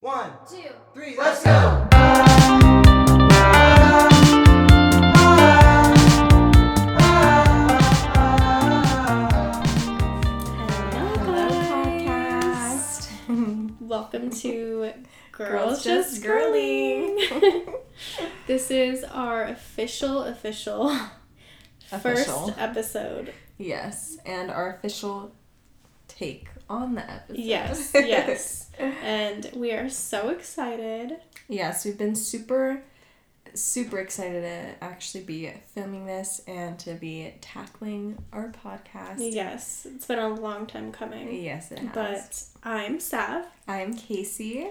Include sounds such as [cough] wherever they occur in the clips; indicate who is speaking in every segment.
Speaker 1: One,
Speaker 2: two.
Speaker 1: three, let's go.
Speaker 3: Hello,
Speaker 2: guys.
Speaker 3: podcast. Welcome to
Speaker 2: Girls
Speaker 3: Girls, Just,
Speaker 2: Just
Speaker 3: Girling. this is our
Speaker 2: [laughs]
Speaker 3: official, official,
Speaker 2: Official.
Speaker 3: first episode.
Speaker 2: [laughs] Yes, and our official take on the episode. [laughs]
Speaker 3: Yes, yes. And we are so excited.
Speaker 2: yes, we've been super, super excited to actually be filming this and to be tackling our podcast.
Speaker 3: Yes, it's been a long time coming.
Speaker 2: Yes, it has.
Speaker 3: But I'm Sav,
Speaker 2: I'm Casey.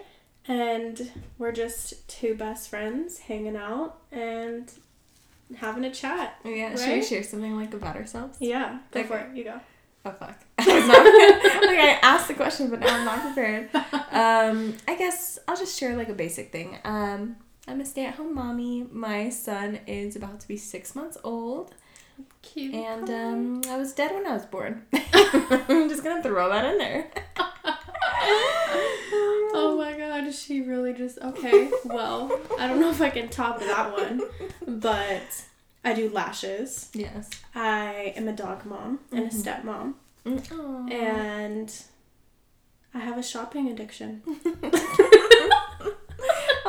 Speaker 3: and we're just two best friends hanging out and having a chat.
Speaker 2: Oh, Yeah, should we
Speaker 3: Right?
Speaker 2: share something like about ourselves?
Speaker 3: Yeah, go for
Speaker 2: Okay.
Speaker 3: it. You go.
Speaker 2: Oh fuck. [laughs] I was not like I asked the question, but now I'm not
Speaker 3: [laughs]
Speaker 2: prepared. Um, I guess I'll just share like a basic thing. Um, I'm a stay-at-home mommy. My son is about to be six months old,
Speaker 3: Cute.
Speaker 2: and um, I was dead when I was
Speaker 3: [laughs]
Speaker 2: born. [laughs] I'm just gonna throw that in there.
Speaker 3: Oh my god, she really just okay. Well, I don't know if I can top that one, but I do lashes.
Speaker 2: Yes.
Speaker 3: I am a dog mom and
Speaker 2: Mm-hmm.
Speaker 3: a stepmom,
Speaker 2: Mm.
Speaker 3: and I have a shopping addiction.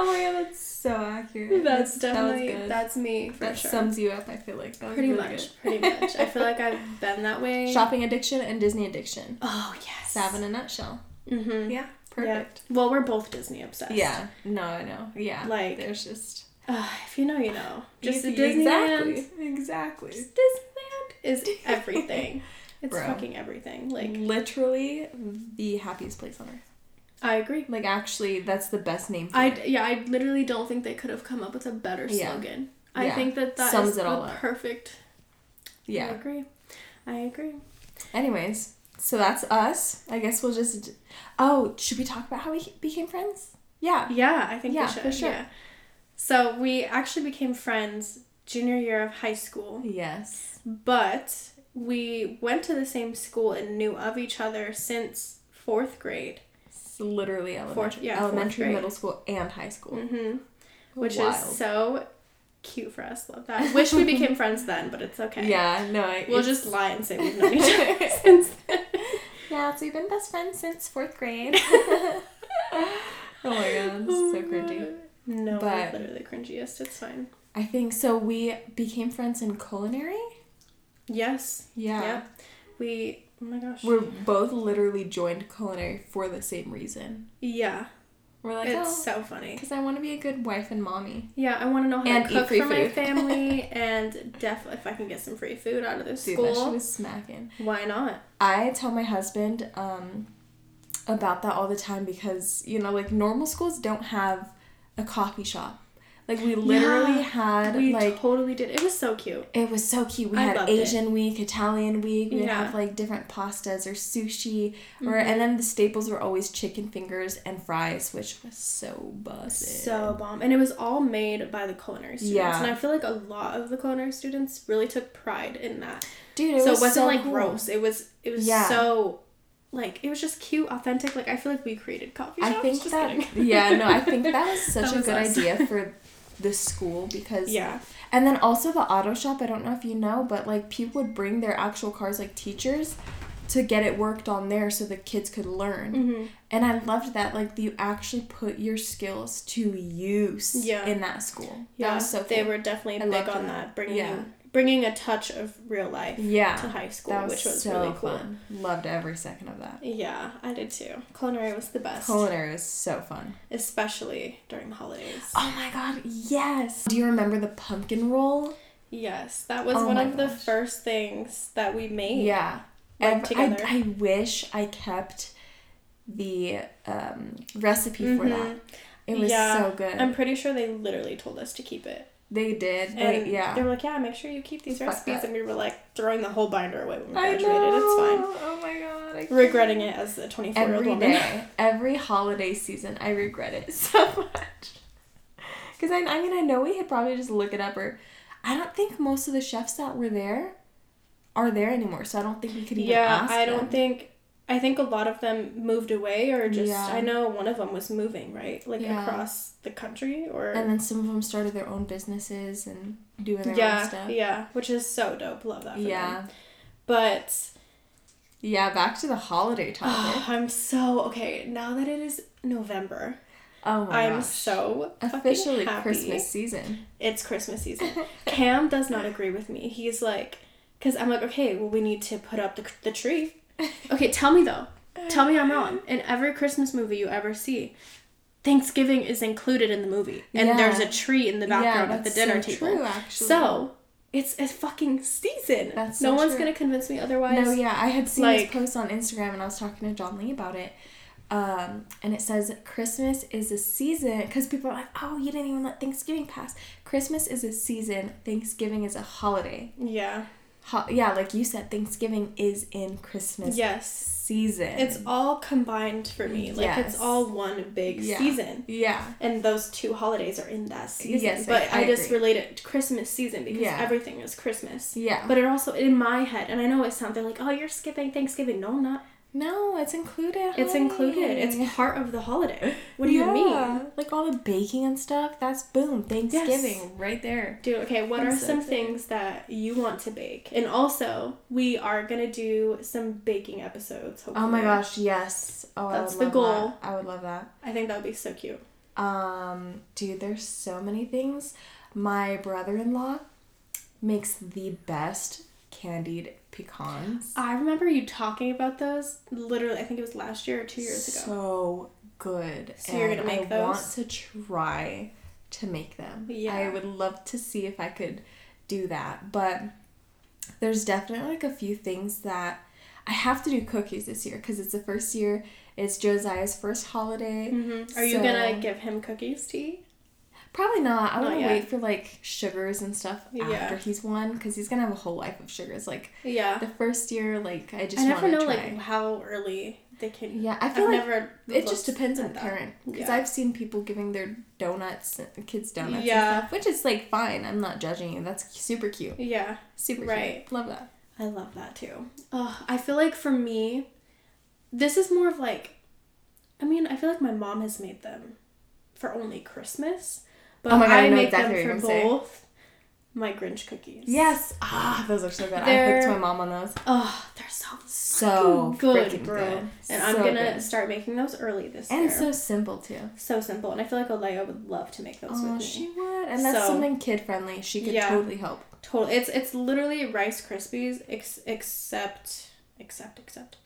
Speaker 2: Oh my god, that's so accurate.
Speaker 3: That's
Speaker 2: that was
Speaker 3: definitely
Speaker 2: good.
Speaker 3: that's me for
Speaker 2: that
Speaker 3: sure.
Speaker 2: sums you up. I feel like that was
Speaker 3: pretty
Speaker 2: really
Speaker 3: much, pretty much. I
Speaker 2: [laughs]
Speaker 3: feel like I've been that way.
Speaker 2: good. Shopping addiction and Disney addiction.
Speaker 3: Oh yes.
Speaker 2: Sav in a nutshell.
Speaker 3: Mm-hmm.
Speaker 2: Yeah, perfect.
Speaker 3: Well, we're both Disney obsessed.
Speaker 2: Yeah. No, I know. Yeah.
Speaker 3: Like-
Speaker 2: there's just
Speaker 3: Uh, if you know, you know. Just the
Speaker 2: Easy-
Speaker 3: Disneyland.
Speaker 2: Exactly. Exactly.
Speaker 3: Just Disneyland
Speaker 2: [laughs]
Speaker 3: is everything. It's
Speaker 2: Bro.
Speaker 3: fucking everything. Like
Speaker 2: literally the happiest place on earth.
Speaker 3: I agree.
Speaker 2: Like actually, that's the best name. For
Speaker 3: I
Speaker 2: it.
Speaker 3: yeah, I literally don't think they could have come up with a better
Speaker 2: Yeah.
Speaker 3: slogan. I
Speaker 2: Yeah.
Speaker 3: think that that is
Speaker 2: Sums it
Speaker 3: the
Speaker 2: all up.
Speaker 3: perfect. I
Speaker 2: Yeah.
Speaker 3: agree. I agree.
Speaker 2: Anyways, so that's us. I guess we'll just. Oh, should we talk about how we became friends? Yeah.
Speaker 3: Yeah, I think
Speaker 2: Yeah,
Speaker 3: we should.
Speaker 2: for sure.
Speaker 3: Yeah. So we actually became friends junior year of high school,
Speaker 2: Yes.
Speaker 3: but we went to the same school and knew of each other since fourth grade.
Speaker 2: It's literally elementary,
Speaker 3: yeah, fourth
Speaker 2: elementary,
Speaker 3: grade.
Speaker 2: middle school, and high school.
Speaker 3: Mm-hmm. Which
Speaker 2: Wild.
Speaker 3: is so cute for us. Love [laughs] that. Wish we became friends then, but it's okay.
Speaker 2: Yeah. No. I, [laughs]
Speaker 3: We'll
Speaker 2: it's-
Speaker 3: just lie and say we've known [laughs] each other since then.
Speaker 2: Yeah, so we've been best friends since fourth
Speaker 3: [laughs]
Speaker 2: grade. [laughs] oh my god, that's so cringy.
Speaker 3: No,
Speaker 2: But-
Speaker 3: but literally cringiest. It's fine.
Speaker 2: I think so. We became friends in culinary.
Speaker 3: Yes.
Speaker 2: Yeah.
Speaker 3: Yep. We. Oh my gosh.
Speaker 2: We're both literally joined culinary for the same reason.
Speaker 3: yeah.
Speaker 2: We're like,
Speaker 3: it's
Speaker 2: oh,
Speaker 3: so funny.
Speaker 2: because I want to be a good wife and mommy.
Speaker 3: Yeah, I want to know how
Speaker 2: And eat
Speaker 3: to cook
Speaker 2: free
Speaker 3: for my
Speaker 2: food. [laughs]
Speaker 3: family, and definitely if I can get some free food out of this
Speaker 2: Dude, that shit
Speaker 3: school,
Speaker 2: was smacking.
Speaker 3: why not?
Speaker 2: I tell my husband um, about that all the time because you know, like normal schools don't have a coffee shop. Like we literally
Speaker 3: Yeah,
Speaker 2: had
Speaker 3: We
Speaker 2: like
Speaker 3: totally did. It was so cute.
Speaker 2: It was so cute. We
Speaker 3: I
Speaker 2: had
Speaker 3: loved it.
Speaker 2: Asian week, Italian week. We'd
Speaker 3: Yeah. Mm-hmm.
Speaker 2: have like different pastas or sushi, or and then the staples were always chicken fingers and fries, which was so busted.
Speaker 3: So bomb, and it was all made by the culinary students,
Speaker 2: Yeah.
Speaker 3: and I feel like a lot of the culinary students really took pride in that.
Speaker 2: dude, it
Speaker 3: so
Speaker 2: was
Speaker 3: it wasn't
Speaker 2: so
Speaker 3: like
Speaker 2: cool.
Speaker 3: gross. It was it was
Speaker 2: Yeah.
Speaker 3: so like it was just cute, authentic. Like I feel like we created coffee
Speaker 2: I
Speaker 3: shops.
Speaker 2: think
Speaker 3: just
Speaker 2: that [laughs]
Speaker 3: kidding.
Speaker 2: yeah, no, I think that was such
Speaker 3: [laughs] That
Speaker 2: a
Speaker 3: was
Speaker 2: good
Speaker 3: us.
Speaker 2: idea for the school because
Speaker 3: yeah.
Speaker 2: and then also the auto shop. I don't know if you know, but like people would bring their actual cars, like teachers, to get it worked on there so the kids could learn.
Speaker 3: Mm-hmm.
Speaker 2: And I loved that, like you actually put your skills to use
Speaker 3: Yeah.
Speaker 2: in that school.
Speaker 3: Yeah,
Speaker 2: that was so cool.
Speaker 3: they were definitely
Speaker 2: I
Speaker 3: big
Speaker 2: loved
Speaker 3: on
Speaker 2: that.
Speaker 3: that, bringing
Speaker 2: Yeah.
Speaker 3: bringing a touch of real life
Speaker 2: yeah,
Speaker 3: to high school,
Speaker 2: that was
Speaker 3: which was
Speaker 2: so
Speaker 3: really cool.
Speaker 2: fun. Loved every second of that.
Speaker 3: Yeah, I did too. Culinary was the best,
Speaker 2: Culinary was so fun.
Speaker 3: especially during the holidays.
Speaker 2: Oh my god, yes! Do you remember the pumpkin roll?
Speaker 3: Yes, that was
Speaker 2: Oh
Speaker 3: one
Speaker 2: my
Speaker 3: of the
Speaker 2: gosh.
Speaker 3: first things that we made.
Speaker 2: Yeah.
Speaker 3: Like,
Speaker 2: Ev-
Speaker 3: together.
Speaker 2: I, I wish I kept the um, recipe
Speaker 3: Mm-hmm.
Speaker 2: for that. It was
Speaker 3: Yeah,
Speaker 2: so good.
Speaker 3: I'm pretty sure they literally told us to keep it.
Speaker 2: they did.
Speaker 3: And
Speaker 2: They, yeah.
Speaker 3: they were like, yeah, make sure you keep these
Speaker 2: Fuck
Speaker 3: recipes.
Speaker 2: that.
Speaker 3: And we were like throwing the whole binder away when we
Speaker 2: I
Speaker 3: graduated.
Speaker 2: know.
Speaker 3: It's fine.
Speaker 2: Oh my god. I can't.
Speaker 3: regretting it as a 24 year old
Speaker 2: every
Speaker 3: woman.
Speaker 2: day,
Speaker 3: [laughs]
Speaker 2: every holiday season, I regret it so [laughs] much. Because I, I mean, I know we could probably just look it up, or I don't think most of the chefs that were there are there anymore, so I don't think we could even
Speaker 3: yeah,
Speaker 2: ask.
Speaker 3: I don't
Speaker 2: them.
Speaker 3: think I think a lot of them moved away or just
Speaker 2: Yeah.
Speaker 3: I know one of them was moving, right? Like
Speaker 2: Yeah.
Speaker 3: across the country or
Speaker 2: And then some of them started their own businesses and doing their own
Speaker 3: yeah,
Speaker 2: stuff.
Speaker 3: yeah, which is so dope. Love that. For yeah,
Speaker 2: Yeah.
Speaker 3: but oh,
Speaker 2: Yeah, back to the holiday topic.
Speaker 3: [sighs] I'm so okay now that it is November.
Speaker 2: oh my
Speaker 3: I'm
Speaker 2: gosh.
Speaker 3: so fucking
Speaker 2: officially
Speaker 3: happy.
Speaker 2: Christmas season.
Speaker 3: It's
Speaker 2: [laughs]
Speaker 3: Christmas season. Cam does not agree with me. He's like, because I'm like, okay, well, we need to put up the,
Speaker 2: [laughs]
Speaker 3: the tree. Okay, tell me though. Tell me I'm wrong. In every Christmas movie you ever see, Thanksgiving is included in the movie, and
Speaker 2: Yeah.
Speaker 3: there's a tree in the background
Speaker 2: yeah,
Speaker 3: at the
Speaker 2: that's
Speaker 3: dinner
Speaker 2: so
Speaker 3: table.
Speaker 2: True, actually.
Speaker 3: So it's a fucking season.
Speaker 2: That's
Speaker 3: no
Speaker 2: so
Speaker 3: one's
Speaker 2: true.
Speaker 3: gonna convince me otherwise.
Speaker 2: No, yeah, I had seen
Speaker 3: like-
Speaker 2: this post on Instagram and I was talking to John Lee about it. Um, and it says Christmas is a season because people are like, oh, you didn't even let Thanksgiving pass. Christmas is a season. Thanksgiving is a holiday.
Speaker 3: yeah.
Speaker 2: Ho- yeah, like you said, Thanksgiving is in Christmas
Speaker 3: Yes.
Speaker 2: season.
Speaker 3: It's all combined for me. Like it's
Speaker 2: Yes.
Speaker 3: all one big
Speaker 2: Yeah.
Speaker 3: season.
Speaker 2: yeah,
Speaker 3: and those two holidays are in that season.
Speaker 2: Yes,
Speaker 3: but I,
Speaker 2: I- I
Speaker 3: just
Speaker 2: agree.
Speaker 3: relate it to Christmas season because
Speaker 2: Yeah.
Speaker 3: everything is Christmas.
Speaker 2: yeah.
Speaker 3: But it also in my head, and I know it sounds they're like, oh, you're skipping Thanksgiving. No, I'm not.
Speaker 2: no, it's included.
Speaker 3: It's included.
Speaker 2: honey.
Speaker 3: It's part of the holiday. What do you
Speaker 2: Yeah,
Speaker 3: mean?
Speaker 2: Like all the baking and stuff. That's boom Thanksgiving right there.
Speaker 3: Dude, okay, what
Speaker 2: I'm
Speaker 3: are
Speaker 2: so
Speaker 3: some
Speaker 2: excited.
Speaker 3: things that you want to bake? And also, we are gonna do some baking episodes. Hopefully.
Speaker 2: Oh my gosh, yes. Oh,
Speaker 3: That's
Speaker 2: I
Speaker 3: the
Speaker 2: would love
Speaker 3: goal.
Speaker 2: That. I would love that.
Speaker 3: I think that would be so cute.
Speaker 2: Um, dude, there's so many things. My brother-in-law makes the best candied pecans.
Speaker 3: I remember you talking about those literally. I think it was last year or two years ago.
Speaker 2: So good.
Speaker 3: So you're
Speaker 2: and
Speaker 3: gonna make
Speaker 2: I want
Speaker 3: those?
Speaker 2: to try to make them.
Speaker 3: Yeah.
Speaker 2: I would love to see if I could do that. But there's definitely like a few things that I have to do cookies this year because it's the first year. It's Josiah's first holiday.
Speaker 3: Mm-hmm. Are you
Speaker 2: So-
Speaker 3: gonna give him cookies to eat?
Speaker 2: Probably not. I
Speaker 3: Not
Speaker 2: want to
Speaker 3: yet.
Speaker 2: wait for like sugars and stuff
Speaker 3: Yeah.
Speaker 2: after he's one because he's gonna have a whole life of sugars. Like
Speaker 3: Yeah.
Speaker 2: the first year, like I just
Speaker 3: I never
Speaker 2: wanna
Speaker 3: know
Speaker 2: try.
Speaker 3: like how early they can.
Speaker 2: Yeah, I feel
Speaker 3: I've
Speaker 2: like
Speaker 3: never.
Speaker 2: it just
Speaker 3: looked
Speaker 2: depends
Speaker 3: at
Speaker 2: on the
Speaker 3: that.
Speaker 2: parent because
Speaker 3: Yeah.
Speaker 2: I've seen people giving their donuts, kids donuts,
Speaker 3: Yeah.
Speaker 2: and stuff, which is like fine. I'm not judging you. That's super cute,
Speaker 3: Yeah,
Speaker 2: super
Speaker 3: Right.
Speaker 2: cute. Love that.
Speaker 3: I love that too. Ugh, I feel like for me, this is more of like, I mean, I feel like my mom has made them for only Christmas, but
Speaker 2: Oh my God,
Speaker 3: I,
Speaker 2: I know
Speaker 3: make
Speaker 2: exactly
Speaker 3: them
Speaker 2: what
Speaker 3: for
Speaker 2: you're gonna say.
Speaker 3: both my Grinch cookies.
Speaker 2: Yes, ah, those are so good. I
Speaker 3: They're-
Speaker 2: hooked my mom on those.
Speaker 3: Oh, they're so
Speaker 2: So
Speaker 3: fucking good,
Speaker 2: freaking
Speaker 3: bro.
Speaker 2: good.
Speaker 3: And I'm
Speaker 2: So
Speaker 3: gonna
Speaker 2: good.
Speaker 3: start making those early this
Speaker 2: And
Speaker 3: year.
Speaker 2: it's so simple too.
Speaker 3: so simple, and I feel like Olaya would love to make those with
Speaker 2: Oh,
Speaker 3: me.
Speaker 2: she would, and that's
Speaker 3: So-
Speaker 2: something kid friendly. She could
Speaker 3: Yeah.
Speaker 2: totally
Speaker 3: [laughs]
Speaker 2: help.
Speaker 3: Totally, it's it's literally Rice Krispies, ex- except except except.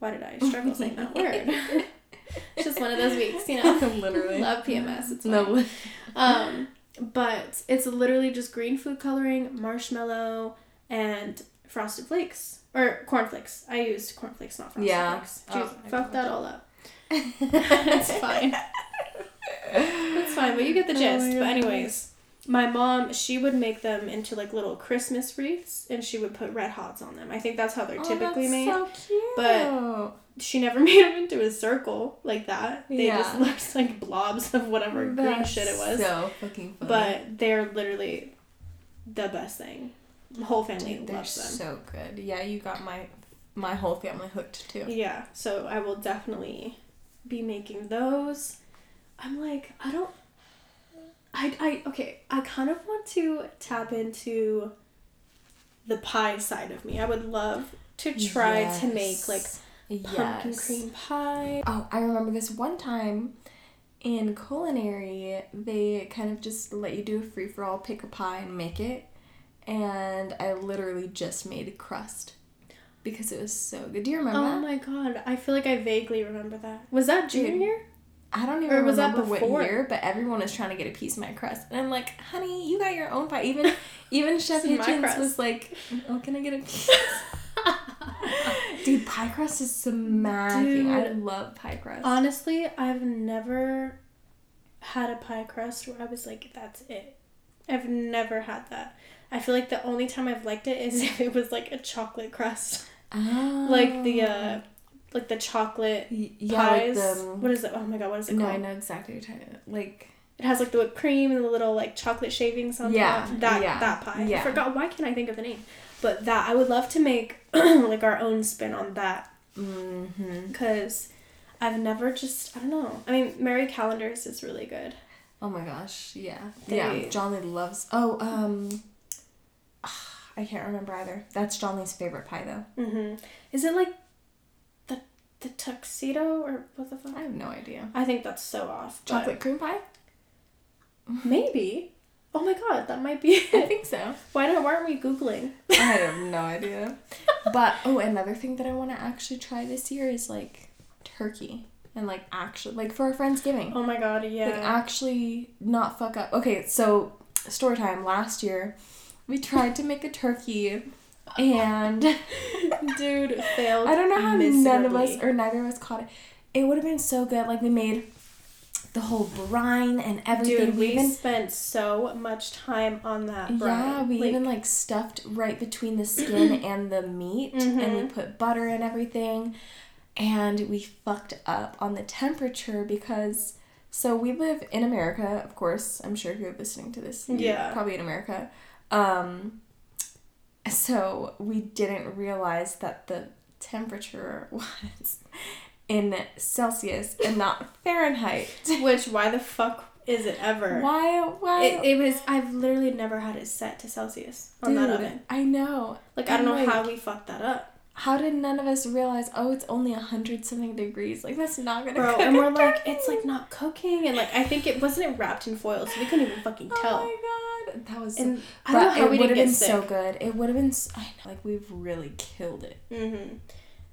Speaker 3: Why did I struggle saying that word?
Speaker 2: [laughs]
Speaker 3: it's just one of those weeks, [laughs] you know.
Speaker 2: Literally.
Speaker 3: Love PMS. It's
Speaker 2: No,
Speaker 3: fine. Um, but it's literally just green food coloring, marshmallow, and frosted flakes or cornflakes. I used cornflakes, not frosted
Speaker 2: Yeah.
Speaker 3: flakes.
Speaker 2: Oh,
Speaker 3: Jeez,
Speaker 2: I gotcha.
Speaker 3: fuck that all up. [laughs] [laughs]
Speaker 2: [laughs]
Speaker 3: it's fine. It's fine, but you get the
Speaker 2: Oh
Speaker 3: gist.
Speaker 2: my
Speaker 3: but
Speaker 2: goodness.
Speaker 3: anyways, my mom she would make them into like little Christmas wreaths, and she would put red hots on them. I think that's how they're typically made.
Speaker 2: Oh, So cute.
Speaker 3: but- she never [laughs] made them into a circle like that. They
Speaker 2: Yeah.
Speaker 3: just looked like blobs of whatever green
Speaker 2: That's
Speaker 3: shit it was.
Speaker 2: So fucking funny.
Speaker 3: but they're literally the best thing. The whole family
Speaker 2: Dude, they're
Speaker 3: loves them.
Speaker 2: so good. Yeah, you got my my whole family hooked too.
Speaker 3: Yeah, so I will definitely be making those. I'm like, I don't. I, I okay, I kind of want to tap into the pie side of me. I would love to try to make like
Speaker 2: Yes.
Speaker 3: pumpkin
Speaker 2: Yes.
Speaker 3: cream pie.
Speaker 2: Oh, I remember this one time in culinary, they kind of just let you do a free for all, pick a pie and make it. And I literally just made crust because it was so good. Do you remember
Speaker 3: Oh
Speaker 2: that?
Speaker 3: my god, I feel like I vaguely remember that. Was that
Speaker 2: Dude.
Speaker 3: junior?
Speaker 2: I don't even
Speaker 3: Or was that
Speaker 2: remember
Speaker 3: before?
Speaker 2: what year, but everyone was trying to get a piece of my crust. And I'm like, honey, you got your own pie.
Speaker 3: [laughs]
Speaker 2: Even even Chef
Speaker 3: This is my
Speaker 2: Hitchens
Speaker 3: crust.
Speaker 2: was like, oh, can I get a
Speaker 3: [laughs]
Speaker 2: piece? Dude, pie crust is smacking. I
Speaker 3: Dude.
Speaker 2: love pie crust.
Speaker 3: Honestly, I've never had a pie crust where I was like, that's it. I've never had that. I feel like the only time I've liked it is [laughs] if it was like a chocolate crust.
Speaker 2: Oh.
Speaker 3: Like the uh like the chocolate
Speaker 2: Y- yeah, like
Speaker 3: pies.
Speaker 2: the- um,
Speaker 3: what is it? Oh my god, what is it
Speaker 2: no, I
Speaker 3: called?
Speaker 2: know exactly what you're talking about. Like,
Speaker 3: It has like the whipped cream and the little like chocolate shavings on
Speaker 2: Yeah,
Speaker 3: top. That
Speaker 2: yeah,
Speaker 3: that pie. I
Speaker 2: yeah.
Speaker 3: [clears throat] forgot why can't I think of the name? But that I would love to make like our own spin on that
Speaker 2: Mm-hmm.
Speaker 3: because I've never just I don't know. I mean, Mary Callender's is really good.
Speaker 2: Oh my gosh, yeah.
Speaker 3: They-
Speaker 2: Yeah, John Lee loves. Oh, um. [sighs] ah, I can't remember either. That's John Lee's favorite pie, though.
Speaker 3: Mm-hmm. Is it like the the tuxedo or what the fuck?
Speaker 2: I have no idea.
Speaker 3: I think that's so off. but-
Speaker 2: Chocolate cream pie?
Speaker 3: Maybe. Oh my god, that might be
Speaker 2: I
Speaker 3: it. [laughs]
Speaker 2: think so.
Speaker 3: Why not? Why aren't we googling?
Speaker 2: [laughs] I have no idea. But, oh, another thing that I want to actually try this year is like turkey. And like actually, like for our Friendsgiving.
Speaker 3: Oh my god, yeah.
Speaker 2: Like actually not fuck up. Okay, so story time. Last year, we tried to make a turkey,
Speaker 3: [laughs]
Speaker 2: and
Speaker 3: Dude failed.
Speaker 2: I don't know how none of us
Speaker 3: miserably.
Speaker 2: or neither of us caught it. It would have been so good. Like we made the whole brine and everything.
Speaker 3: Dude, we spent so much time on that. Brian.
Speaker 2: yeah, we
Speaker 3: Like,
Speaker 2: even like stuffed right between the
Speaker 3: [clears throat]
Speaker 2: skin and the meat, and we
Speaker 3: Mm-hmm.
Speaker 2: put butter and everything. And we fucked up on the temperature because so we live in America, of course. I'm sure if you're listening to this, you're
Speaker 3: Yeah.
Speaker 2: probably in America. Um, so we didn't realize that the temperature [laughs] was in Celsius and not Fahrenheit.
Speaker 3: which why the fuck is it ever?
Speaker 2: Why? Why?
Speaker 3: It, it was. I've literally never had it set to Celsius on that
Speaker 2: Dude,
Speaker 3: oven.
Speaker 2: I know.
Speaker 3: Like I don't
Speaker 2: I'm
Speaker 3: know
Speaker 2: like-
Speaker 3: how we fucked that up,
Speaker 2: How did none of us realize? Oh, it's only a hundred something degrees. Like that's not gonna.
Speaker 3: bro.
Speaker 2: cook [laughs]
Speaker 3: And we're
Speaker 2: a
Speaker 3: like,
Speaker 2: turkey.
Speaker 3: it's like not cooking, and like I think it wasn't it wrapped in foil, so we couldn't even fucking tell.
Speaker 2: Oh my god, that was.
Speaker 3: and I
Speaker 2: but
Speaker 3: don't know how
Speaker 2: it
Speaker 3: we
Speaker 2: would
Speaker 3: didn't
Speaker 2: have
Speaker 3: get
Speaker 2: been so
Speaker 3: sick.
Speaker 2: good. It would have been. s I know, like we've really killed it.
Speaker 3: hmm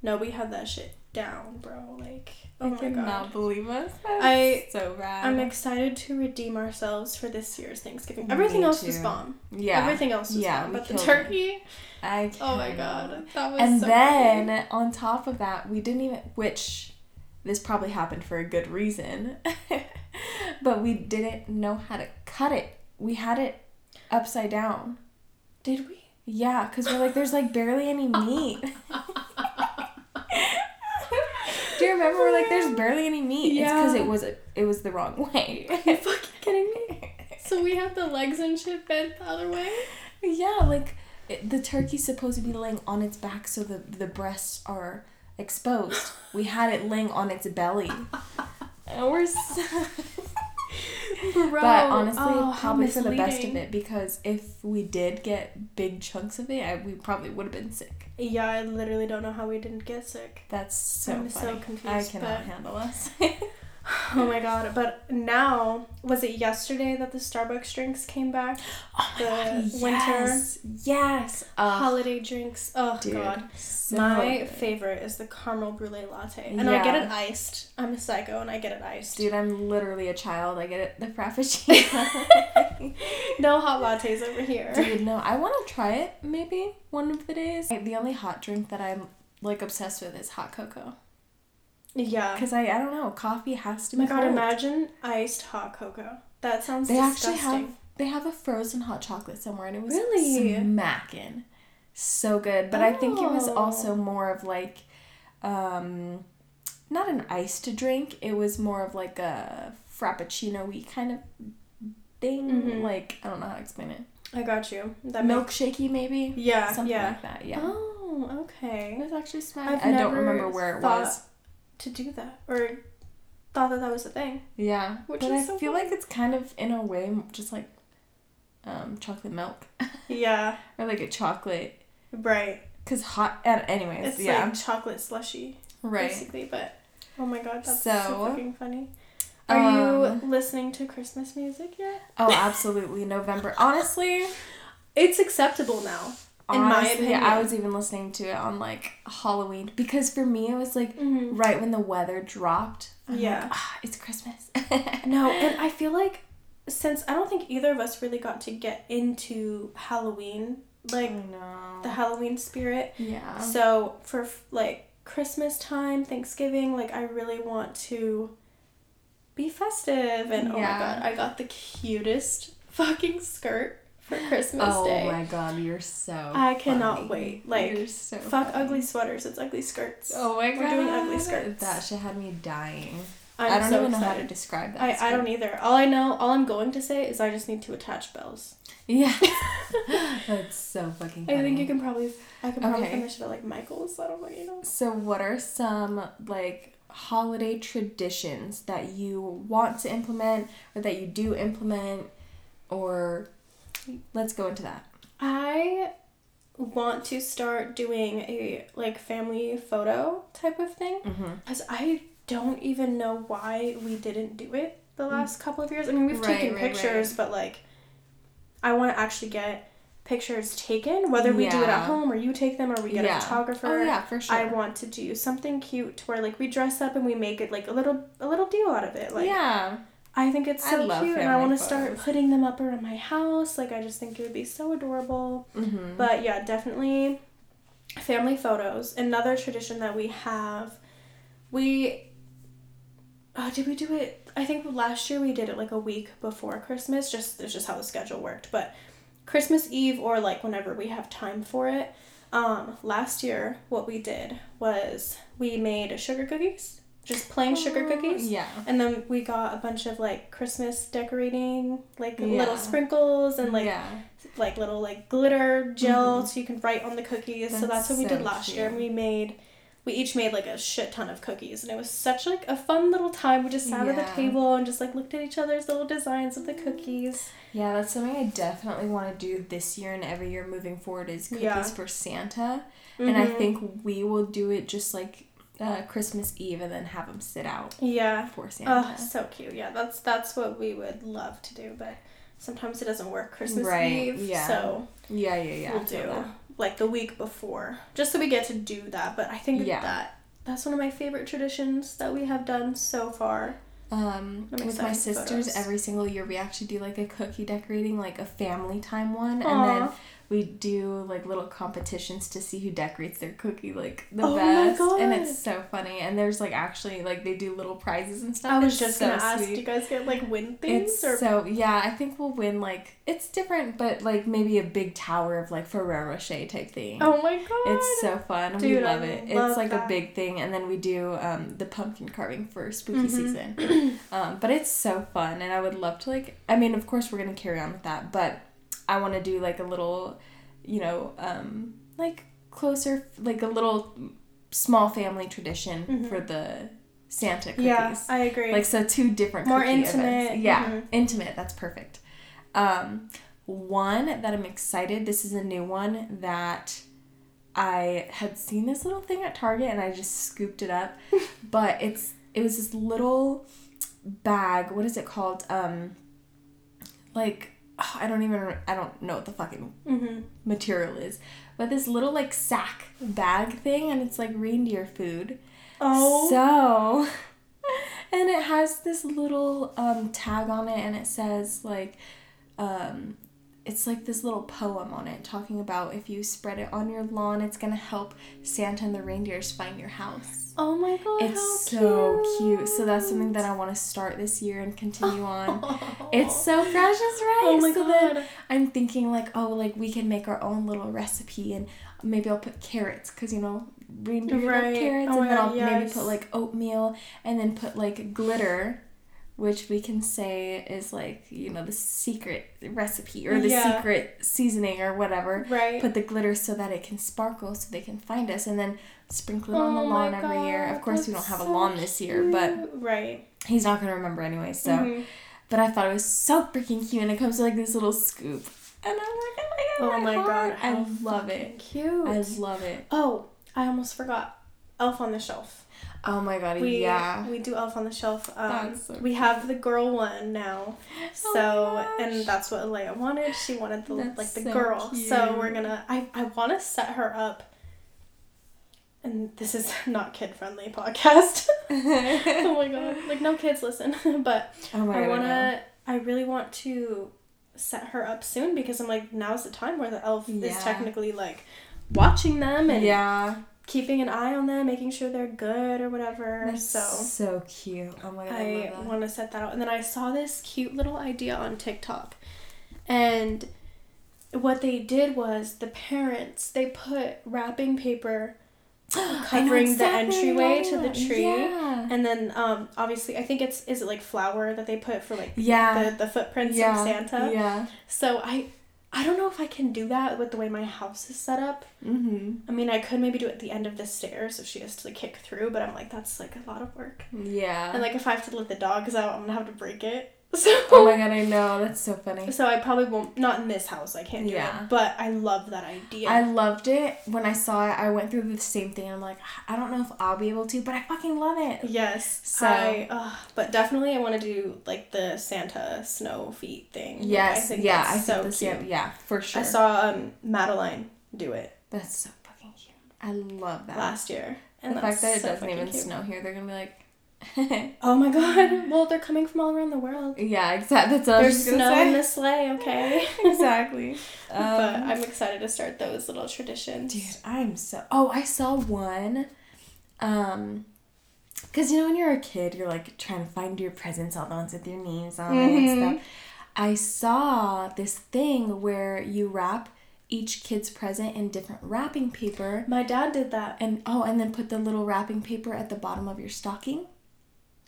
Speaker 3: No, we had that shit down, bro. Like, oh
Speaker 2: I
Speaker 3: my
Speaker 2: cannot
Speaker 3: god.
Speaker 2: believe us. That's
Speaker 3: I-
Speaker 2: so bad.
Speaker 3: I'm excited to redeem ourselves for this year's Thanksgiving.
Speaker 2: Me
Speaker 3: Everything else was
Speaker 2: too.
Speaker 3: bomb.
Speaker 2: yeah.
Speaker 3: Everything else was
Speaker 2: Yeah,
Speaker 3: bomb.
Speaker 2: we
Speaker 3: But the
Speaker 2: killed it.
Speaker 3: turkey.
Speaker 2: I
Speaker 3: Oh my
Speaker 2: cannot.
Speaker 3: god. That was
Speaker 2: And
Speaker 3: so
Speaker 2: then on top of that, we didn't even which this probably happened for a good reason. [laughs] but we didn't know how to cut it. We had it upside down.
Speaker 3: funny. Did we?
Speaker 2: Yeah, because we're like, there's like barely any
Speaker 3: [laughs]
Speaker 2: meat. Do you remember? We're like, there's barely any meat. It's because
Speaker 3: Yeah.
Speaker 2: it was it was the wrong
Speaker 3: [laughs]
Speaker 2: way. [laughs]
Speaker 3: you fucking kidding me? So we had the legs and shit bent the other way?
Speaker 2: yeah, like it, the turkey's supposed to be laying on its back, so the the breasts are exposed. We had it laying on its belly.
Speaker 3: [laughs]
Speaker 2: And we're so,
Speaker 3: Bro.
Speaker 2: but honestly,
Speaker 3: oh, how
Speaker 2: probably for the best of
Speaker 3: misleading.
Speaker 2: it because if we did get big chunks of it, I, we probably would have been sick.
Speaker 3: Yeah, I literally don't know how we didn't get sick.
Speaker 2: That's so
Speaker 3: I'm so
Speaker 2: funny. I
Speaker 3: confused,
Speaker 2: cannot
Speaker 3: but-
Speaker 2: handle us.
Speaker 3: Oh my god. But now, was it yesterday that the Starbucks drinks came back?
Speaker 2: Oh
Speaker 3: the
Speaker 2: Yes. Yes. Uh,
Speaker 3: Holiday drinks. Oh
Speaker 2: dude.
Speaker 3: god.
Speaker 2: so
Speaker 3: my
Speaker 2: good.
Speaker 3: favorite is the caramel brulee latte. And I
Speaker 2: Yeah.
Speaker 3: get it iced. I'm a psycho and I get it iced.
Speaker 2: Dude, I'm literally a child. I get it. The frappuccino.
Speaker 3: [laughs] No hot lattes over here.
Speaker 2: Dude, no, I want to try it maybe one of the days. Like, the only hot drink that I'm like obsessed with is hot cocoa.
Speaker 3: Yeah.
Speaker 2: Cause I I don't know, coffee has to
Speaker 3: Oh
Speaker 2: be.
Speaker 3: my god,
Speaker 2: cold.
Speaker 3: imagine iced hot cocoa. That sounds
Speaker 2: They
Speaker 3: disgusting.
Speaker 2: actually have they have a frozen hot chocolate somewhere, and it was
Speaker 3: Really?
Speaker 2: smacking, so good. But I think it was
Speaker 3: Oh.
Speaker 2: also more of like, um, not an ice to drink. It was more of like a frappuccino-y kind of thing.
Speaker 3: Mhm.
Speaker 2: Like I don't know how to explain it.
Speaker 3: I got you. That milk.
Speaker 2: Milkshakey maybe.
Speaker 3: yeah,
Speaker 2: Something
Speaker 3: yeah.
Speaker 2: like that. Yeah.
Speaker 3: Oh,
Speaker 2: It
Speaker 3: okay.
Speaker 2: was actually smacking.
Speaker 3: I've
Speaker 2: I don't
Speaker 3: never
Speaker 2: remember where it
Speaker 3: thought-
Speaker 2: was.
Speaker 3: To do that or thought that that was a thing.
Speaker 2: Yeah.
Speaker 3: Which
Speaker 2: but
Speaker 3: is
Speaker 2: I
Speaker 3: so
Speaker 2: feel
Speaker 3: funny.
Speaker 2: like it's kind of in a way just like, um, chocolate milk
Speaker 3: Yeah,
Speaker 2: or like a chocolate
Speaker 3: right.
Speaker 2: Cause hot and anyways,
Speaker 3: It's
Speaker 2: yeah,
Speaker 3: like chocolate slushy,
Speaker 2: right.
Speaker 3: basically. But oh my god, that's so,
Speaker 2: So,
Speaker 3: fucking funny. Are
Speaker 2: um,
Speaker 3: you listening to Christmas music yet?
Speaker 2: Oh, absolutely, November.
Speaker 3: [laughs]
Speaker 2: Honestly,
Speaker 3: It's acceptable now. In my
Speaker 2: honestly, I
Speaker 3: opinion.
Speaker 2: was even listening to it on like Halloween because for me it was like
Speaker 3: Mm-hmm.
Speaker 2: right when the weather dropped. I'm like,
Speaker 3: Yeah.
Speaker 2: "Ah, it's Christmas. [laughs]
Speaker 3: No, and I feel like since I don't think either of us really got to get into Halloween, like
Speaker 2: no.
Speaker 3: the Halloween spirit,
Speaker 2: yeah.
Speaker 3: So for f- like Christmas time, Thanksgiving, like I really want to be festive and oh my
Speaker 2: Yeah.
Speaker 3: god, I got the cutest fucking skirt for Christmas
Speaker 2: oh
Speaker 3: day.
Speaker 2: my god, you're so.
Speaker 3: I cannot
Speaker 2: funny.
Speaker 3: wait. Like,
Speaker 2: you're so
Speaker 3: Fuck
Speaker 2: funny.
Speaker 3: ugly sweaters, it's ugly skirts.
Speaker 2: Oh my god,
Speaker 3: We're doing ugly skirts.
Speaker 2: That shit had me dying.
Speaker 3: I'm
Speaker 2: I do not
Speaker 3: so
Speaker 2: even know how
Speaker 3: excited.
Speaker 2: to describe that. It's
Speaker 3: I, I don't e-,
Speaker 2: good.
Speaker 3: either. All I know, all I'm going to say is I just need to attach bells. [laughs]
Speaker 2: Yeah. [laughs] That's so fucking
Speaker 3: I
Speaker 2: funny.
Speaker 3: think you can probably, I can probably
Speaker 2: Okay.
Speaker 3: finish it at like Michael's. I don't fucking know.
Speaker 2: So, what are some like holiday traditions that you want to implement or that you do implement? Or let's go into that.
Speaker 3: I want to start doing a like family photo type of thing
Speaker 2: Mm-hmm.
Speaker 3: because I don't even know why we didn't do it the last couple of years. I mean, we've
Speaker 2: Mm. Right,
Speaker 3: taken
Speaker 2: right,
Speaker 3: pictures, but like, I want to actually get pictures taken, whether we do it at
Speaker 2: Yeah.
Speaker 3: home or you take them or we get
Speaker 2: Yeah.
Speaker 3: a photographer.
Speaker 2: Oh, yeah, for sure.
Speaker 3: I want to do something cute to where like we dress up and we make it like a little a little deal out of it. Like
Speaker 2: yeah.
Speaker 3: I think it's
Speaker 2: I
Speaker 3: so
Speaker 2: love
Speaker 3: cute and I
Speaker 2: family
Speaker 3: want to start
Speaker 2: photos.
Speaker 3: putting them up around my house. Like I just think it would be so adorable.
Speaker 2: Mm-hmm.
Speaker 3: But yeah, definitely family photos. Another tradition that we have. We oh, did we do it? I think last year we did it like a week before Christmas. Just it's just how the schedule worked, but Christmas Eve or like whenever we have time for it. Um, last year what we did was we made sugar cookies, just plain sugar cookies.
Speaker 2: Yeah.
Speaker 3: And then we got a bunch of like Christmas decorating, like
Speaker 2: Yeah.
Speaker 3: little sprinkles and like
Speaker 2: yeah.
Speaker 3: like little like glitter gel so you can write on the cookies. so
Speaker 2: Mm-hmm. That's
Speaker 3: that's what we
Speaker 2: so
Speaker 3: did last year. And
Speaker 2: cute.
Speaker 3: we made we each made like a shit ton of cookies and it was such like a fun little time. We just sat at
Speaker 2: Yeah. Mm.
Speaker 3: the table and just like looked at each other's little designs of the cookies.
Speaker 2: Yeah, that's something I definitely want to do this year and every year moving forward is cookies
Speaker 3: Yeah. Mm-hmm.
Speaker 2: for Santa. And I think we will do it just like uh, Christmas Eve and then have them sit out
Speaker 3: Yeah.
Speaker 2: for Santa.
Speaker 3: Oh, so cute. Yeah, that's that's what we would love to do, but sometimes it doesn't work Christmas
Speaker 2: Right,
Speaker 3: Eve.
Speaker 2: yeah.
Speaker 3: So
Speaker 2: yeah, yeah, yeah.
Speaker 3: we'll
Speaker 2: I feel
Speaker 3: do
Speaker 2: that.
Speaker 3: like the week before, just so we get to do that. But I think
Speaker 2: Yeah.
Speaker 3: that that's one of my favorite traditions that we have done so far.
Speaker 2: Um,
Speaker 3: I'm
Speaker 2: with my
Speaker 3: excited for
Speaker 2: sisters,
Speaker 3: photos.
Speaker 2: every single year we actually do like a cookie decorating, like a family time one, and then
Speaker 3: Aw.
Speaker 2: we do like little competitions to see who decorates their cookie like the
Speaker 3: Oh my
Speaker 2: best. And it's
Speaker 3: God.
Speaker 2: so funny. And there's like actually like they do little prizes and stuff.
Speaker 3: I was
Speaker 2: It's
Speaker 3: just
Speaker 2: so
Speaker 3: gonna ask, do
Speaker 2: sweet.
Speaker 3: you guys get like win things
Speaker 2: It's
Speaker 3: or
Speaker 2: so yeah. I think we'll win like it's different, but like maybe a big tower of like Ferrero Rocher type thing.
Speaker 3: Oh my god.
Speaker 2: It's so fun. we
Speaker 3: Dude, I
Speaker 2: love it.
Speaker 3: love
Speaker 2: it's like
Speaker 3: that.
Speaker 2: a big thing, and then we do um, the pumpkin carving for
Speaker 3: Mm-hmm.
Speaker 2: spooky
Speaker 3: [clears throat]
Speaker 2: season. Um, but it's so fun, and I would love to like. I mean, of course, we're gonna carry on with that, but I want to do like a little, you know, um, like closer, like a little small family tradition for the Santa cookies.
Speaker 3: Mm-hmm. Yeah, I agree.
Speaker 2: Like so, two different
Speaker 3: More
Speaker 2: cookie
Speaker 3: intimate,
Speaker 2: Events. Yeah,
Speaker 3: mhm.
Speaker 2: intimate. That's perfect. Um, one that I'm excited. This is a new one that I had seen this little thing at Target and I just scooped it
Speaker 3: [laughs]
Speaker 2: up, but it's it was this little bag. What is it called? Um, like oh, I don't even I don't know what the fucking
Speaker 3: Mm-hmm.
Speaker 2: material is, but this little like sack bag thing and it's like reindeer food.
Speaker 3: oh
Speaker 2: So, [laughs] and it has this little um, tag on it, and it says like, um, it's like this little poem on it talking about if you spread it on your lawn, it's gonna help Santa and the reindeers find your house.
Speaker 3: Oh my god.
Speaker 2: It's
Speaker 3: how
Speaker 2: so cute. So that's something that I want to start this year and continue
Speaker 3: [laughs]
Speaker 2: on. It's so precious, right?
Speaker 3: Oh my
Speaker 2: so then
Speaker 3: God.
Speaker 2: I'm thinking like, oh, like we can make our own little recipe, and maybe I'll put carrots because you know reindeer love
Speaker 3: Right.
Speaker 2: carrots,
Speaker 3: Oh my
Speaker 2: and then
Speaker 3: God,
Speaker 2: I'll maybe
Speaker 3: yes.
Speaker 2: put like oatmeal, and then put like glitter, which we can say is like you know the secret recipe or the
Speaker 3: Yeah.
Speaker 2: secret seasoning or whatever.
Speaker 3: Right.
Speaker 2: Put the glitter so that it can sparkle, so they can find us, and then sprinkle it on the
Speaker 3: Oh my
Speaker 2: lawn every year.
Speaker 3: God,
Speaker 2: Of course, we don't
Speaker 3: that's
Speaker 2: have a
Speaker 3: so
Speaker 2: lawn this year, but
Speaker 3: cute. Right.
Speaker 2: he's not gonna remember anyway. So,
Speaker 3: Mhm.
Speaker 2: but I thought it was so freaking cute, and it comes with like this little scoop, and I'm like, oh my god,
Speaker 3: Oh my god.
Speaker 2: I
Speaker 3: how
Speaker 2: love
Speaker 3: fucking
Speaker 2: it,
Speaker 3: Cute.
Speaker 2: I love it.
Speaker 3: oh, I almost forgot. Elf on the shelf.
Speaker 2: Oh my god,
Speaker 3: We
Speaker 2: yeah,
Speaker 3: we do Elf on the Shelf. Um,
Speaker 2: That's so
Speaker 3: we have the girl one now,
Speaker 2: Oh
Speaker 3: so
Speaker 2: my gosh.
Speaker 3: and that's what Leia wanted. She wanted the
Speaker 2: That's
Speaker 3: like the
Speaker 2: so
Speaker 3: girl. So
Speaker 2: cute.
Speaker 3: we're gonna. I I want to set her up. And this is [laughs] not kid friendly podcast. [laughs] oh my god! Like no kids listen, [laughs] but
Speaker 2: [laughs] oh my
Speaker 3: I
Speaker 2: god,
Speaker 3: wanna.
Speaker 2: know.
Speaker 3: I really want to set her up soon because I'm like now's the time where the elf
Speaker 2: Yeah.
Speaker 3: is technically like watching them and
Speaker 2: yeah,
Speaker 3: keeping an eye on them, making sure they're good or whatever.
Speaker 2: that's
Speaker 3: so
Speaker 2: so cute. Oh my god, I,
Speaker 3: I
Speaker 2: love [gasps] that.
Speaker 3: want to set that out. And then I saw this cute little idea on TikTok. And what they did was the parents, they put wrapping paper covering the
Speaker 2: exactly what you're
Speaker 3: entryway to the
Speaker 2: talking about.
Speaker 3: tree.
Speaker 2: Yeah.
Speaker 3: And then um, obviously, I think it's is it like flour that they put for like
Speaker 2: Yeah.
Speaker 3: the, the footprints
Speaker 2: yeah.
Speaker 3: of Santa.
Speaker 2: Yeah.
Speaker 3: So I I don't know if I can do that with the way my house is set up.
Speaker 2: Mhm.
Speaker 3: I mean, I could maybe do it at the end of the stairs if she has to like kick through, but I'm like that's like a lot of work.
Speaker 2: Yeah.
Speaker 3: And like if I have to let the dogs out, I'm gonna have to break it. [laughs] So
Speaker 2: oh my god, I know. That's so funny.
Speaker 3: so I probably won't not in this house. I can't do
Speaker 2: Yeah.
Speaker 3: it. But I love that idea.
Speaker 2: I loved it. When I saw it, I went through the same thing. I'm like, I don't know if I'll be able to, but I fucking love it.
Speaker 3: yes.
Speaker 2: So-
Speaker 3: I uh, but definitely I want to do like the Santa snow feet thing. Like,
Speaker 2: Yes. yeah. I
Speaker 3: that's
Speaker 2: think the same. Yeah, for sure.
Speaker 3: I saw um, Madeline do it
Speaker 2: That's so fucking cute. I love that.
Speaker 3: last year. And
Speaker 2: the fact
Speaker 3: that's
Speaker 2: that it
Speaker 3: so
Speaker 2: doesn't
Speaker 3: fucking
Speaker 2: even
Speaker 3: cute.
Speaker 2: snow here, they're gonna be like,
Speaker 3: Oh my god. [laughs] Well, they're coming from all around the world.
Speaker 2: yeah, exactly. That's all I was
Speaker 3: There's
Speaker 2: just gonna
Speaker 3: snow in
Speaker 2: say. [laughs]
Speaker 3: the sleigh, okay?
Speaker 2: exactly. Um,
Speaker 3: [laughs] but I'm excited to start those little traditions.
Speaker 2: Dude, I'm so. Oh, I saw one. Um, because you know when you're a kid, you're like trying to find your presents, all the ones with your names on it and stuff. I saw this thing where you wrap each kid's present in different wrapping paper,
Speaker 3: My dad did that.
Speaker 2: and oh, and then put the little wrapping paper at the bottom of your stocking.